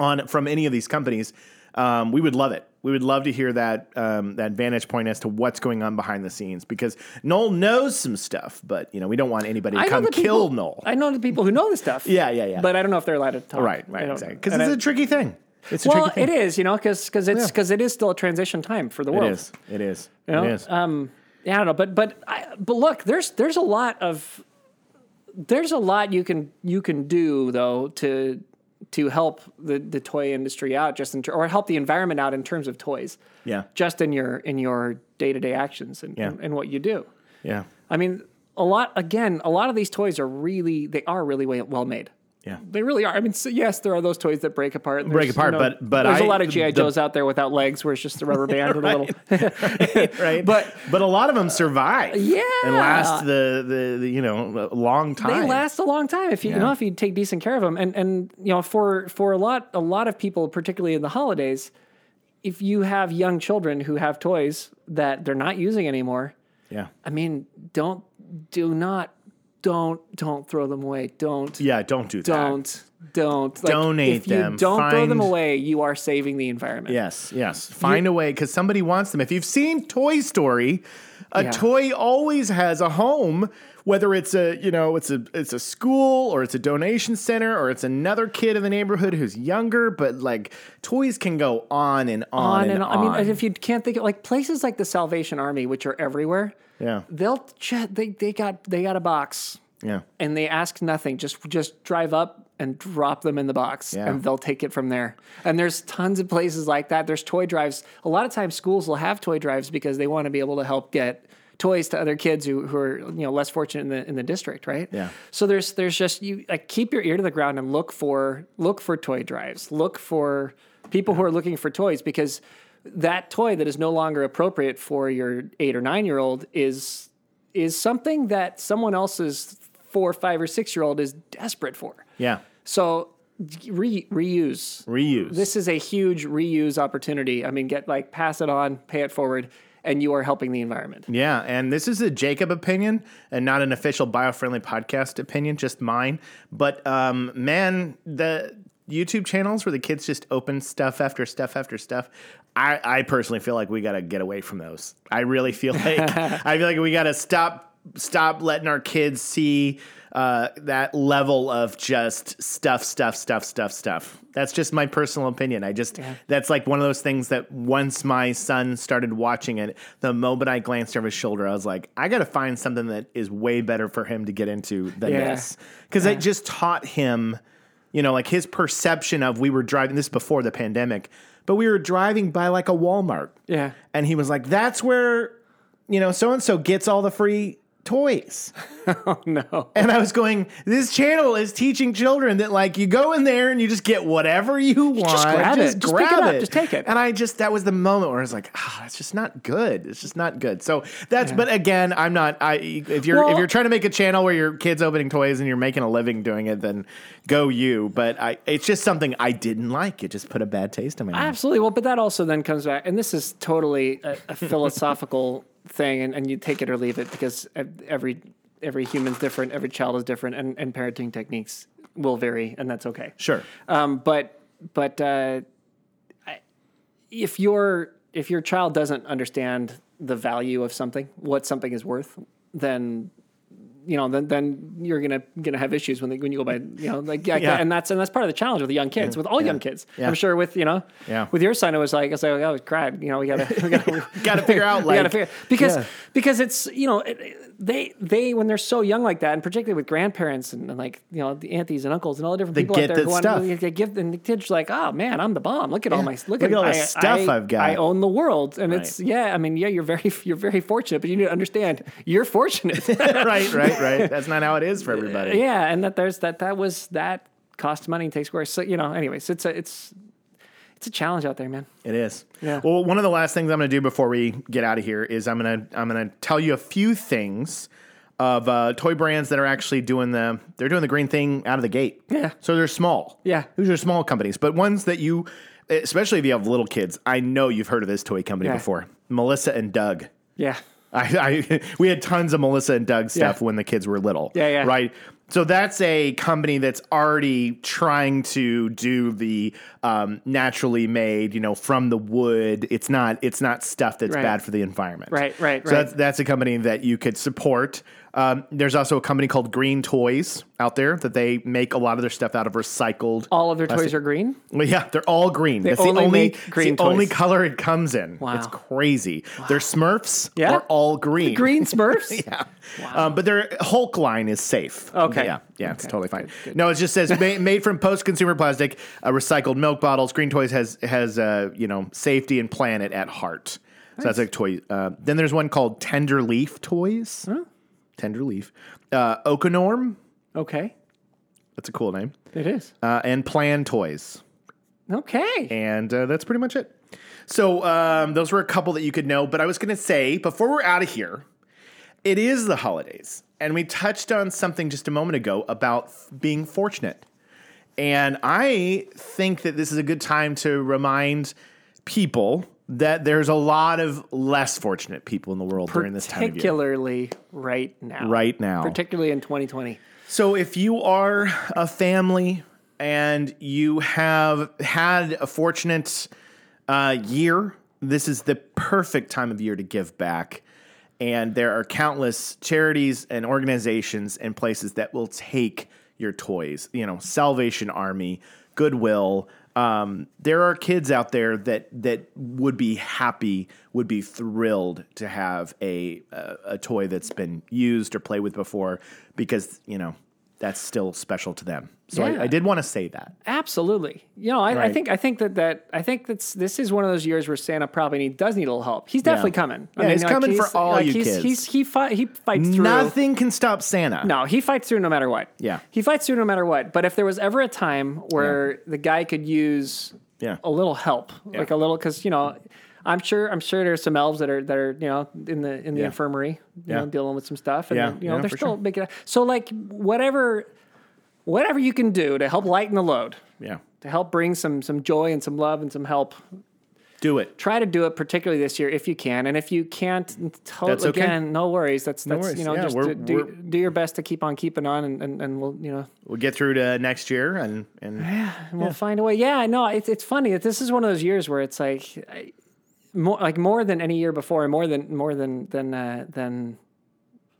[SPEAKER 3] on from any of these companies, um, we would love it. We would love to hear that um, that vantage point as to what's going on behind the scenes because Noel knows some stuff, but you know we don't want anybody to
[SPEAKER 2] I know
[SPEAKER 3] come
[SPEAKER 2] the
[SPEAKER 3] kill
[SPEAKER 2] people,
[SPEAKER 3] Noel.
[SPEAKER 2] I know the people who know this stuff.
[SPEAKER 3] Yeah, yeah, yeah.
[SPEAKER 2] But I don't know if they're allowed to talk.
[SPEAKER 3] right,
[SPEAKER 2] I
[SPEAKER 3] right,
[SPEAKER 2] don't-
[SPEAKER 3] exactly. Because
[SPEAKER 2] and
[SPEAKER 3] it's
[SPEAKER 2] I-
[SPEAKER 3] a tricky thing. It's a
[SPEAKER 2] well,
[SPEAKER 3] tricky
[SPEAKER 2] it
[SPEAKER 3] thing.
[SPEAKER 2] is, you know, because it's
[SPEAKER 3] Yeah.
[SPEAKER 2] because it is still a transition time for the
[SPEAKER 3] It
[SPEAKER 2] world.
[SPEAKER 3] is. It is.
[SPEAKER 2] you know?
[SPEAKER 3] It is.
[SPEAKER 2] Um, yeah, I don't know, but but I, but look, there's there's a lot of there's a lot you can you can do though to to help the, the toy industry out just in ter- or help the environment out in terms of toys.
[SPEAKER 3] Yeah.
[SPEAKER 2] Just in your in your day to day actions and,
[SPEAKER 3] Yeah.
[SPEAKER 2] and and what you do.
[SPEAKER 3] yeah.
[SPEAKER 2] I mean, a lot again, a lot of these toys are really they are really wa- well made.
[SPEAKER 3] Yeah.
[SPEAKER 2] They really are. I mean, so yes, there are those toys that break apart. and
[SPEAKER 3] Break
[SPEAKER 2] there's,
[SPEAKER 3] apart, but- but
[SPEAKER 2] there's a
[SPEAKER 3] I-
[SPEAKER 2] lot of GI
[SPEAKER 3] the-
[SPEAKER 2] Joes out there without legs, where it's just a rubber band and a little.
[SPEAKER 3] Right.
[SPEAKER 2] But-
[SPEAKER 3] but a lot of them survive.
[SPEAKER 2] yeah.
[SPEAKER 3] And last the, the, the you know a long time.
[SPEAKER 2] They last a long time if you, you know if you take decent care of them, and and you know for for a lot a lot of people, particularly in the holidays, if you have young children who have toys that they're not using anymore,
[SPEAKER 3] Yeah.
[SPEAKER 2] I mean, don't do not don't don't throw them away. Don't
[SPEAKER 3] Yeah. Don't do that.
[SPEAKER 2] don't don't like,
[SPEAKER 3] Donate
[SPEAKER 2] if you
[SPEAKER 3] them.
[SPEAKER 2] Don't throw them
[SPEAKER 3] Find-
[SPEAKER 2] away. You are saving the environment.
[SPEAKER 3] Yes, yes. Find a way because somebody wants them. If you've seen Toy Story, a
[SPEAKER 2] Yeah.
[SPEAKER 3] toy always has a home, whether it's a you know it's a it's a school or it's a donation center or it's another kid in the neighborhood who's younger. But like toys can go on and on,
[SPEAKER 2] on
[SPEAKER 3] and,
[SPEAKER 2] and
[SPEAKER 3] on.
[SPEAKER 2] I mean, if you can't think of like places like the Salvation Army, which are everywhere,
[SPEAKER 3] yeah,
[SPEAKER 2] they'll ch- they they got they got a box
[SPEAKER 3] yeah,
[SPEAKER 2] and they ask nothing. Just just drive up and drop them in the box,
[SPEAKER 3] Yeah.
[SPEAKER 2] and they'll take it from there. And there's tons of places like that. There's toy drives. A lot of times, schools will have toy drives because they want to be able to help get toys to other kids who, who are you know less fortunate in the in the district, right?
[SPEAKER 3] Yeah.
[SPEAKER 2] So there's there's just you like keep your ear to the ground and look for look for toy drives. Look for people who are looking for toys because that toy that is no longer appropriate for your eight or nine year old is is something that someone else's four, five, or six year old is desperate for.
[SPEAKER 3] yeah.
[SPEAKER 2] So re- reuse.
[SPEAKER 3] Reuse.
[SPEAKER 2] This is a huge reuse opportunity. I mean, get like pass it on, pay it forward, and you are helping the environment.
[SPEAKER 3] Yeah, and this is a Jacob opinion and not an official biofriendly podcast opinion, just mine. But um, man, the YouTube channels where the kids just open stuff after stuff after stuff. I, I personally feel like we gotta get away from those. I really feel like I feel like we gotta stop stop letting our kids see uh, that level of just stuff, stuff, stuff, stuff, stuff. That's just my personal opinion. I just that's like one of those things that once my son started watching it, the moment I glanced over his shoulder, I was like, I got to find something that is way better for him to get into than
[SPEAKER 2] Yeah.
[SPEAKER 3] this because it just taught him, you know, like his perception of we were driving this is before the pandemic, but we were driving by like a Walmart.
[SPEAKER 2] Yeah.
[SPEAKER 3] And he was like, that's where, you know, so and so gets all the free toys.
[SPEAKER 2] Oh, No.
[SPEAKER 3] And I was going, this channel is teaching children that like you go in there and you just get whatever you want.
[SPEAKER 2] just grab it. Just pick it
[SPEAKER 3] grab
[SPEAKER 2] up. Just take it.
[SPEAKER 3] And I just that was the moment where I was like, ah, that's just not good. It's just not good. So that's but again, I'm not I if you're if
[SPEAKER 2] Well-
[SPEAKER 3] you're trying to make a channel where your kids opening toys and you're making a living doing it, then go you. But I it's just something I didn't like. It just put a bad taste in my mouth.
[SPEAKER 2] Absolutely. Well, but that also then comes back, and this is totally a, a philosophical thing, and, and you take it or leave it because ev- every every human's different, every child is different, and, and parenting techniques will vary, and that's okay.
[SPEAKER 3] Sure.
[SPEAKER 2] Um, but but uh, I, if your if your child doesn't understand the value of something, what something is worth, then you know then then you're gonna gonna have issues when they, when you go by you know like yeah,
[SPEAKER 3] Yeah.
[SPEAKER 2] and that's and that's part of the challenge with the young kids with all young kids.
[SPEAKER 3] Yeah.
[SPEAKER 2] I'm sure with you know
[SPEAKER 3] Yeah.
[SPEAKER 2] with your son it was like I was like oh, I cried you know we gotta we gotta
[SPEAKER 3] Gotta figure out
[SPEAKER 2] we gotta
[SPEAKER 3] like
[SPEAKER 2] figure because
[SPEAKER 3] Yeah.
[SPEAKER 2] because it's you know it, it- they they when they're so young like that and particularly with grandparents and, and like you know the aunties and uncles and all the different people
[SPEAKER 3] get
[SPEAKER 2] out there
[SPEAKER 3] that
[SPEAKER 2] going
[SPEAKER 3] stuff.
[SPEAKER 2] they- they give and the kids are like oh man I'm the bomb look at all my look,
[SPEAKER 3] Look
[SPEAKER 2] at,
[SPEAKER 3] at all the
[SPEAKER 2] I-
[SPEAKER 3] stuff
[SPEAKER 2] I,
[SPEAKER 3] I've got."
[SPEAKER 2] I own the world and
[SPEAKER 3] Right.
[SPEAKER 2] it's yeah I mean yeah you're very you're very fortunate but you need to understand you're fortunate
[SPEAKER 3] right, right, right. That's not how it is for everybody.
[SPEAKER 2] yeah and that there's that that was that cost money and takes work so you know anyways it's a it's it's a challenge out there man
[SPEAKER 3] It is.
[SPEAKER 2] Yeah.
[SPEAKER 3] Well, one of the last things I'm going to do before we get out of here is I'm going to I'm going to tell you a few things of uh, toy brands that are actually doing the they're doing the green thing out of the gate.
[SPEAKER 2] Yeah.
[SPEAKER 3] So they're small.
[SPEAKER 2] Yeah.
[SPEAKER 3] These are small companies, but ones that you, especially if you have little kids, I know you've heard of this toy company
[SPEAKER 2] Yeah.
[SPEAKER 3] before. Melissa and Doug.
[SPEAKER 2] yeah
[SPEAKER 3] I, I we had tons of Melissa and Doug stuff
[SPEAKER 2] Yeah.
[SPEAKER 3] when the kids were little.
[SPEAKER 2] Yeah, yeah.
[SPEAKER 3] Right. So that's a company that's already trying to do the um, naturally made, you know, from the wood. It's not it's not stuff that's
[SPEAKER 2] Right.
[SPEAKER 3] bad for the environment.
[SPEAKER 2] Right, right,
[SPEAKER 3] So
[SPEAKER 2] right.
[SPEAKER 3] that's that's a company that you could support. Um, there's also a company called Green Toys out there that they make a lot of their stuff out of recycled.
[SPEAKER 2] All of their toys are green.
[SPEAKER 3] Well, yeah, they're all green. That's the
[SPEAKER 2] only
[SPEAKER 3] only
[SPEAKER 2] make
[SPEAKER 3] it's
[SPEAKER 2] green
[SPEAKER 3] the only
[SPEAKER 2] toys.
[SPEAKER 3] color it comes in.
[SPEAKER 2] Wow.
[SPEAKER 3] It's crazy. Their Smurfs
[SPEAKER 2] Yeah.
[SPEAKER 3] are all green.
[SPEAKER 2] Green Smurfs.
[SPEAKER 3] Yeah. Um, but their Hulk line is safe.
[SPEAKER 2] Okay.
[SPEAKER 3] Yeah. Yeah. It's totally fine. No, it just says ma- made from post-consumer plastic, uh, recycled milk bottles. Green Toys has has uh, you know safety and planet at heart. So that's a toy. Uh, then there's one called Tender Leaf Toys. Tender Leaf. Uh, Okanorm.
[SPEAKER 2] Okay,
[SPEAKER 3] That's a cool name.
[SPEAKER 2] it is.
[SPEAKER 3] Uh, and Plan Toys
[SPEAKER 2] Okay.
[SPEAKER 3] and uh, that's pretty much it. So um, those were a couple that you could know, but I was going to say before we're out of here, it is the holidays, and we touched on something just a moment ago about f- being fortunate, and I think that this is a good time to remind people that there's a lot of less fortunate people in the world during this time of year
[SPEAKER 2] Particularly right now.
[SPEAKER 3] right now.
[SPEAKER 2] Particularly in 2020.
[SPEAKER 3] So if you are a family and you have had a fortunate uh, year, this is the perfect time of year to give back. And there are countless charities and organizations and places that will take your toys. You know, Salvation Army, Goodwill. Um, there are kids out there that that would be happy, would be thrilled to have a a, a toy that's been used or played with before, because you know that's still special to them. So
[SPEAKER 2] Yeah.
[SPEAKER 3] I, I did want to say that.
[SPEAKER 2] Absolutely. You know, I, I
[SPEAKER 3] Right.
[SPEAKER 2] think I think that that I think that's this is one of those years where Santa probably need, does need a little help. He's definitely coming. I
[SPEAKER 3] Yeah, he's coming for all you
[SPEAKER 2] he's,
[SPEAKER 3] kids.
[SPEAKER 2] He's, he fight, he fights through.
[SPEAKER 3] Nothing can stop Santa.
[SPEAKER 2] No, he fights through no matter what.
[SPEAKER 3] Yeah.
[SPEAKER 2] He fights through no matter what. But if there was ever a time where the guy could use
[SPEAKER 3] Yeah.
[SPEAKER 2] a little help, like a little, because you know, I'm sure I'm sure there's some elves that are that are you know in the in the
[SPEAKER 3] Yeah.
[SPEAKER 2] infirmary, you
[SPEAKER 3] Yeah.
[SPEAKER 2] know, dealing with some stuff, and
[SPEAKER 3] Yeah.
[SPEAKER 2] then, you know
[SPEAKER 3] Yeah,
[SPEAKER 2] they're
[SPEAKER 3] for
[SPEAKER 2] still
[SPEAKER 3] sure.
[SPEAKER 2] making. It, so like whatever, whatever you can do to help lighten the load,
[SPEAKER 3] Yeah.
[SPEAKER 2] to help bring some some joy and some love and some help.
[SPEAKER 3] Do it.
[SPEAKER 2] Try to do it, particularly this year, if you can, and if you can't, totally
[SPEAKER 3] That's okay.
[SPEAKER 2] again, no worries. That's that's
[SPEAKER 3] worries.
[SPEAKER 2] you know
[SPEAKER 3] Yeah,
[SPEAKER 2] just
[SPEAKER 3] we're-
[SPEAKER 2] do, do,
[SPEAKER 3] we're-
[SPEAKER 2] do your best to keep on keeping on, and and, and we'll you know
[SPEAKER 3] We'll get through to next year and and
[SPEAKER 2] and we'll find a way. Yeah, I know. It's it's funny that this is one of those years where it's like, I, more like more than any year before, and more than more than than uh, than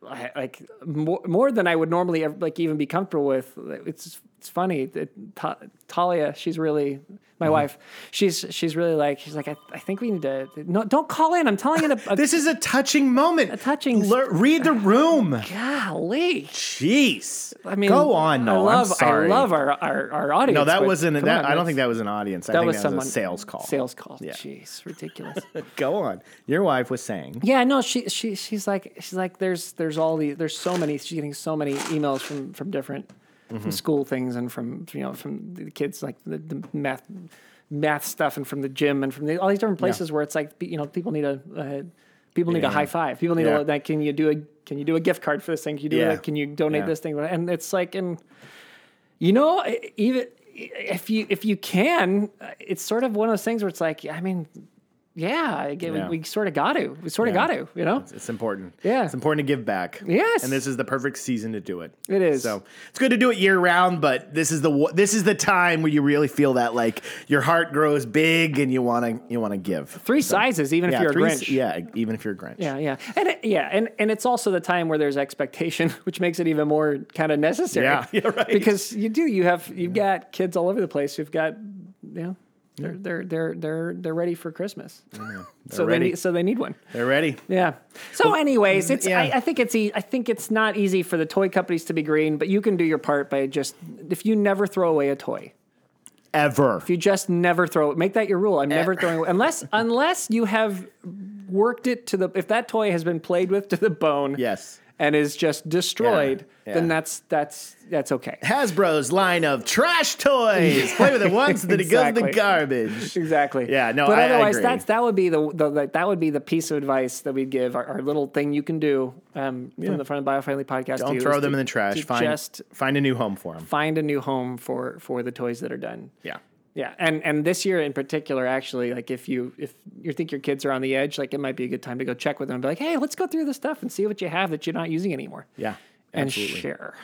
[SPEAKER 2] I- like more, more than I would normally ever, like even be comfortable with. It's it's funny that Ta- Talia, she's really my
[SPEAKER 3] Mm-hmm.
[SPEAKER 2] wife. She's she's really like she's like I, I think we need to no don't call in. I'm telling you to. uh,
[SPEAKER 3] This is a touching moment. A
[SPEAKER 2] touching-
[SPEAKER 3] Lear- read the room.
[SPEAKER 2] golly,
[SPEAKER 3] Jeez.
[SPEAKER 2] I mean,
[SPEAKER 3] go on. No,
[SPEAKER 2] I love
[SPEAKER 3] am sorry.
[SPEAKER 2] I love our our, our audience.
[SPEAKER 3] No, that
[SPEAKER 2] but
[SPEAKER 3] wasn't.
[SPEAKER 2] come on,
[SPEAKER 3] that, I don't
[SPEAKER 2] that's-
[SPEAKER 3] think that was an audience. I think
[SPEAKER 2] was
[SPEAKER 3] that
[SPEAKER 2] someone-
[SPEAKER 3] was a sales call.
[SPEAKER 2] Sales call.
[SPEAKER 3] Yeah.
[SPEAKER 2] Jeez, ridiculous.
[SPEAKER 3] Go on. Your wife was saying.
[SPEAKER 2] Yeah, no, she she she's like she's like there's there's all the there's so many she's getting so many emails from from different
[SPEAKER 3] Mm-hmm.
[SPEAKER 2] from school things and from you know from the kids like the, the math math stuff and from the gym and from the, all these different places where it's like you know people need a uh, people need a high five people need a
[SPEAKER 3] Yeah.
[SPEAKER 2] like can you do a can you do a gift card for this thing can you do
[SPEAKER 3] Yeah.
[SPEAKER 2] that can you donate
[SPEAKER 3] Yeah.
[SPEAKER 2] this thing and it's like and you know e- even if you if you can it's sort of one of those things where it's like I mean. Yeah, I get-
[SPEAKER 3] Yeah.
[SPEAKER 2] We, we sort of got to. We sort of
[SPEAKER 3] Yeah.
[SPEAKER 2] got to, you know?
[SPEAKER 3] It's important.
[SPEAKER 2] Yeah.
[SPEAKER 3] It's important to give back.
[SPEAKER 2] Yes.
[SPEAKER 3] And this is the perfect season to do it.
[SPEAKER 2] It is.
[SPEAKER 3] So it's good to do it year round, but this is the wa- this is the time where you really feel that like your heart grows big and you wanna you wanna give.
[SPEAKER 2] Three sizes, even if you're
[SPEAKER 3] three
[SPEAKER 2] a
[SPEAKER 3] s-
[SPEAKER 2] Grinch.
[SPEAKER 3] Yeah, even if you're a Grinch.
[SPEAKER 2] yeah, yeah, and it, yeah, and and it's also the time where there's expectation, which makes it even more kind of necessary.
[SPEAKER 3] Yeah, yeah, right.
[SPEAKER 2] Because you do, you have, you've got kids all over the place. You've got, you know, they're they're they're they're they're ready for Christmas. so
[SPEAKER 3] Mm-hmm. ready.
[SPEAKER 2] they need, so they need one.
[SPEAKER 3] They're ready.
[SPEAKER 2] Yeah. So, anyways, it's
[SPEAKER 3] yeah.
[SPEAKER 2] I, I think it's e- I think it's not easy for the toy companies to be green, but you can do your part by just if you never throw away a toy.
[SPEAKER 3] Ever.
[SPEAKER 2] If you just never throw it, make that your rule. I'm never
[SPEAKER 3] Eh.
[SPEAKER 2] throwing away unless unless you have worked it to the if that toy has been played with to the bone
[SPEAKER 3] Yes.
[SPEAKER 2] and is just destroyed,
[SPEAKER 3] Yeah,
[SPEAKER 2] then
[SPEAKER 3] yeah.
[SPEAKER 2] that's that's that's okay.
[SPEAKER 3] Hasbro's line of trash toys. Play with it once, then it goes
[SPEAKER 2] Exactly.
[SPEAKER 3] to garbage.
[SPEAKER 2] Exactly.
[SPEAKER 3] Yeah, no,
[SPEAKER 2] But
[SPEAKER 3] I- I
[SPEAKER 2] otherwise,
[SPEAKER 3] agree.
[SPEAKER 2] that's that would be the, the like, that would be the piece of advice that we'd give our, our little thing you can do um, from the front of Biofriendly Podcast.
[SPEAKER 3] Don't
[SPEAKER 2] to,
[SPEAKER 3] throw
[SPEAKER 2] is
[SPEAKER 3] them
[SPEAKER 2] to-
[SPEAKER 3] in the trash.
[SPEAKER 2] to
[SPEAKER 3] Find
[SPEAKER 2] Just
[SPEAKER 3] find a new home for them.
[SPEAKER 2] find a new home for for the toys that are done.
[SPEAKER 3] Yeah.
[SPEAKER 2] Yeah, and and this year in particular, actually, like if you if you think your kids are on the edge, like it might be a good time to go check with them and be like, hey, let's go through the stuff and see what you have that you're not using anymore,
[SPEAKER 3] Yeah.
[SPEAKER 2] and
[SPEAKER 3] Absolutely.
[SPEAKER 2] share.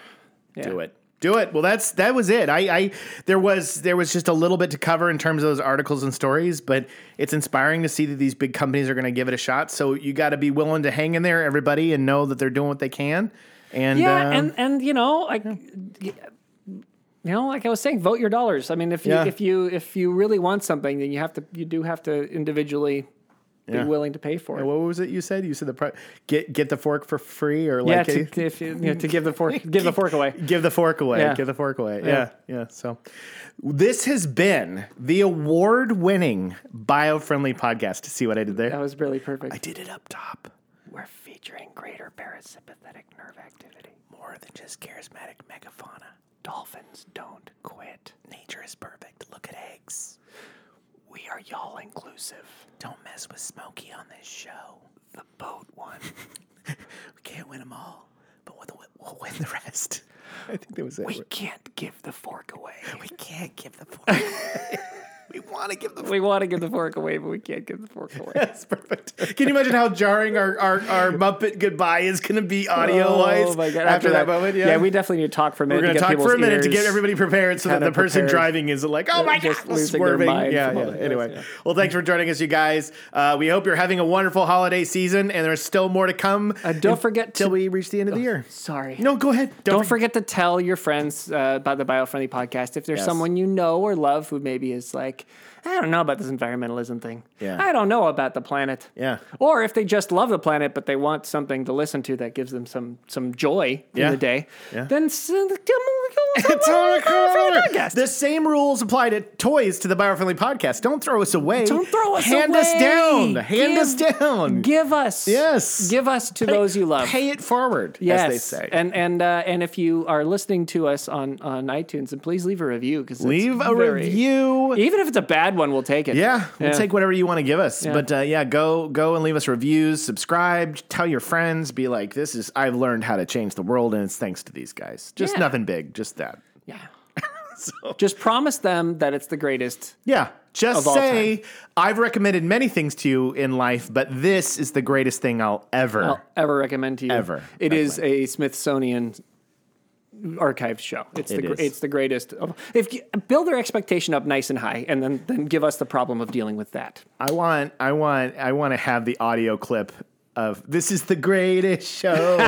[SPEAKER 3] Do it. Do it. Well, that's that was it. I, I there was there was just a little bit to cover in terms of those articles and stories, but it's inspiring to see that these big companies are going to give it a shot. So you got to be willing to hang in there, everybody, and know that they're doing what they can. And
[SPEAKER 2] Yeah,
[SPEAKER 3] um,
[SPEAKER 2] and and you know, like you know, like I was saying, vote your dollars. I mean, if you
[SPEAKER 3] Yeah.
[SPEAKER 2] if you if you really want something, then you have to you do have to individually
[SPEAKER 3] Yeah.
[SPEAKER 2] be willing to pay for it.
[SPEAKER 3] what was it you said? You said the pri- get get the fork for free or
[SPEAKER 2] yeah,
[SPEAKER 3] like a-
[SPEAKER 2] to, if you, you know, to give the fork give the fork away.
[SPEAKER 3] Give the fork away.
[SPEAKER 2] Yeah.
[SPEAKER 3] Give the fork away. Yeah.
[SPEAKER 2] Yeah.
[SPEAKER 3] yeah. So this has been the award winning biofriendly podcast. See what I did there?
[SPEAKER 2] That was really perfect.
[SPEAKER 3] I did it up top.
[SPEAKER 2] We're featuring greater parasympathetic nerve activity.
[SPEAKER 3] More than just charismatic megafauna.
[SPEAKER 2] Dolphins don't quit.
[SPEAKER 3] Nature is perfect. Look at eggs.
[SPEAKER 2] We are y'all inclusive.
[SPEAKER 3] Don't mess with Smokey on this show.
[SPEAKER 2] The boat one.
[SPEAKER 3] We can't win them all, but we'll, we'll win the rest. I think that was it.
[SPEAKER 2] We can't give the fork away.
[SPEAKER 3] we can't give the fork away. we want to give the
[SPEAKER 2] We want to give the fork away, but we can't give the fork away.
[SPEAKER 3] That's perfect. Can you imagine how jarring our, our, our Muppet goodbye is going to be audio wise
[SPEAKER 2] Oh my God.
[SPEAKER 3] after, that, moment? Yeah,
[SPEAKER 2] we definitely need to talk for a minute.
[SPEAKER 3] are going
[SPEAKER 2] to
[SPEAKER 3] to
[SPEAKER 2] get
[SPEAKER 3] talk for a
[SPEAKER 2] people's
[SPEAKER 3] minute to get
[SPEAKER 2] ears.
[SPEAKER 3] everybody prepared so that
[SPEAKER 2] kinda
[SPEAKER 3] the person
[SPEAKER 2] prepared.
[SPEAKER 3] driving is like, oh my God,
[SPEAKER 2] Just losing their
[SPEAKER 3] swerving.
[SPEAKER 2] mind
[SPEAKER 3] Yeah,
[SPEAKER 2] from all
[SPEAKER 3] yeah.
[SPEAKER 2] that.
[SPEAKER 3] Anyway,
[SPEAKER 2] Yes,
[SPEAKER 3] well, thanks for joining us, you guys. Uh, we hope you're having a wonderful holiday season and there's still more to come
[SPEAKER 2] Uh, don't forget
[SPEAKER 3] until
[SPEAKER 2] to.
[SPEAKER 3] we reach the end of the year.
[SPEAKER 2] Sorry.
[SPEAKER 3] No, go ahead.
[SPEAKER 2] Don't,
[SPEAKER 3] forget.
[SPEAKER 2] forget to tell your friends uh, about the Biofriendly podcast. If there's
[SPEAKER 3] Yes.
[SPEAKER 2] someone you know or love who maybe is like, I don't know about this environmentalism thing.
[SPEAKER 3] Yeah.
[SPEAKER 2] I don't know about the planet.
[SPEAKER 3] Yeah.
[SPEAKER 2] Or if they just love the planet but they want something to listen to that gives them some some joy
[SPEAKER 3] Yeah.
[SPEAKER 2] in the day,
[SPEAKER 3] Yeah.
[SPEAKER 2] then s- tell them to go
[SPEAKER 3] It's on a
[SPEAKER 2] Biofriendly
[SPEAKER 3] crawler. The same rules apply to toys to the biofriendly podcast. Don't throw us away.
[SPEAKER 2] Don't throw us
[SPEAKER 3] Hand
[SPEAKER 2] away.
[SPEAKER 3] us down. Hand
[SPEAKER 2] Give-
[SPEAKER 3] us down.
[SPEAKER 2] Give us.
[SPEAKER 3] Yes.
[SPEAKER 2] Give us to those you love.
[SPEAKER 3] Pay it forward,
[SPEAKER 2] yes.
[SPEAKER 3] as they say.
[SPEAKER 2] And and uh, and if you are listening to us on on iTunes, and please leave a review because
[SPEAKER 3] Leave a review.
[SPEAKER 2] Even if it's a bad one, we'll take it.
[SPEAKER 3] Yeah, we'll
[SPEAKER 2] Yeah.
[SPEAKER 3] take whatever you want to give us. But uh, yeah, go go and leave us reviews, subscribe, tell your friends, be like, this is I've learned how to change the world, and it's thanks to these guys. Just
[SPEAKER 2] Yeah.
[SPEAKER 3] nothing big, just that.
[SPEAKER 2] Yeah.
[SPEAKER 3] So-
[SPEAKER 2] Just promise them that it's the greatest.
[SPEAKER 3] Yeah. Just
[SPEAKER 2] Of all
[SPEAKER 3] say I've recommended many things to you in life, but this is the greatest thing I'll ever.
[SPEAKER 2] I'll ever recommend to you.
[SPEAKER 3] Ever
[SPEAKER 2] It is a Smithsonian archived show. It's
[SPEAKER 3] It
[SPEAKER 2] the gr-
[SPEAKER 3] is.
[SPEAKER 2] it's the greatest. Of, if you, build their expectation up nice and high, and then then give us the problem of dealing with that.
[SPEAKER 3] I want, I want, I want to have the audio clip of this is the greatest show.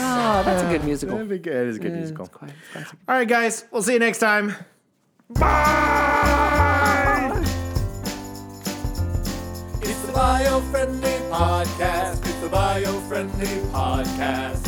[SPEAKER 2] Oh, that's a good musical.
[SPEAKER 3] That'd be good. It is a good musical.
[SPEAKER 2] Quiet, classic.
[SPEAKER 3] All right, guys, we'll see you next time.
[SPEAKER 1] It's the bio friendly podcast. It's the bio friendly podcast.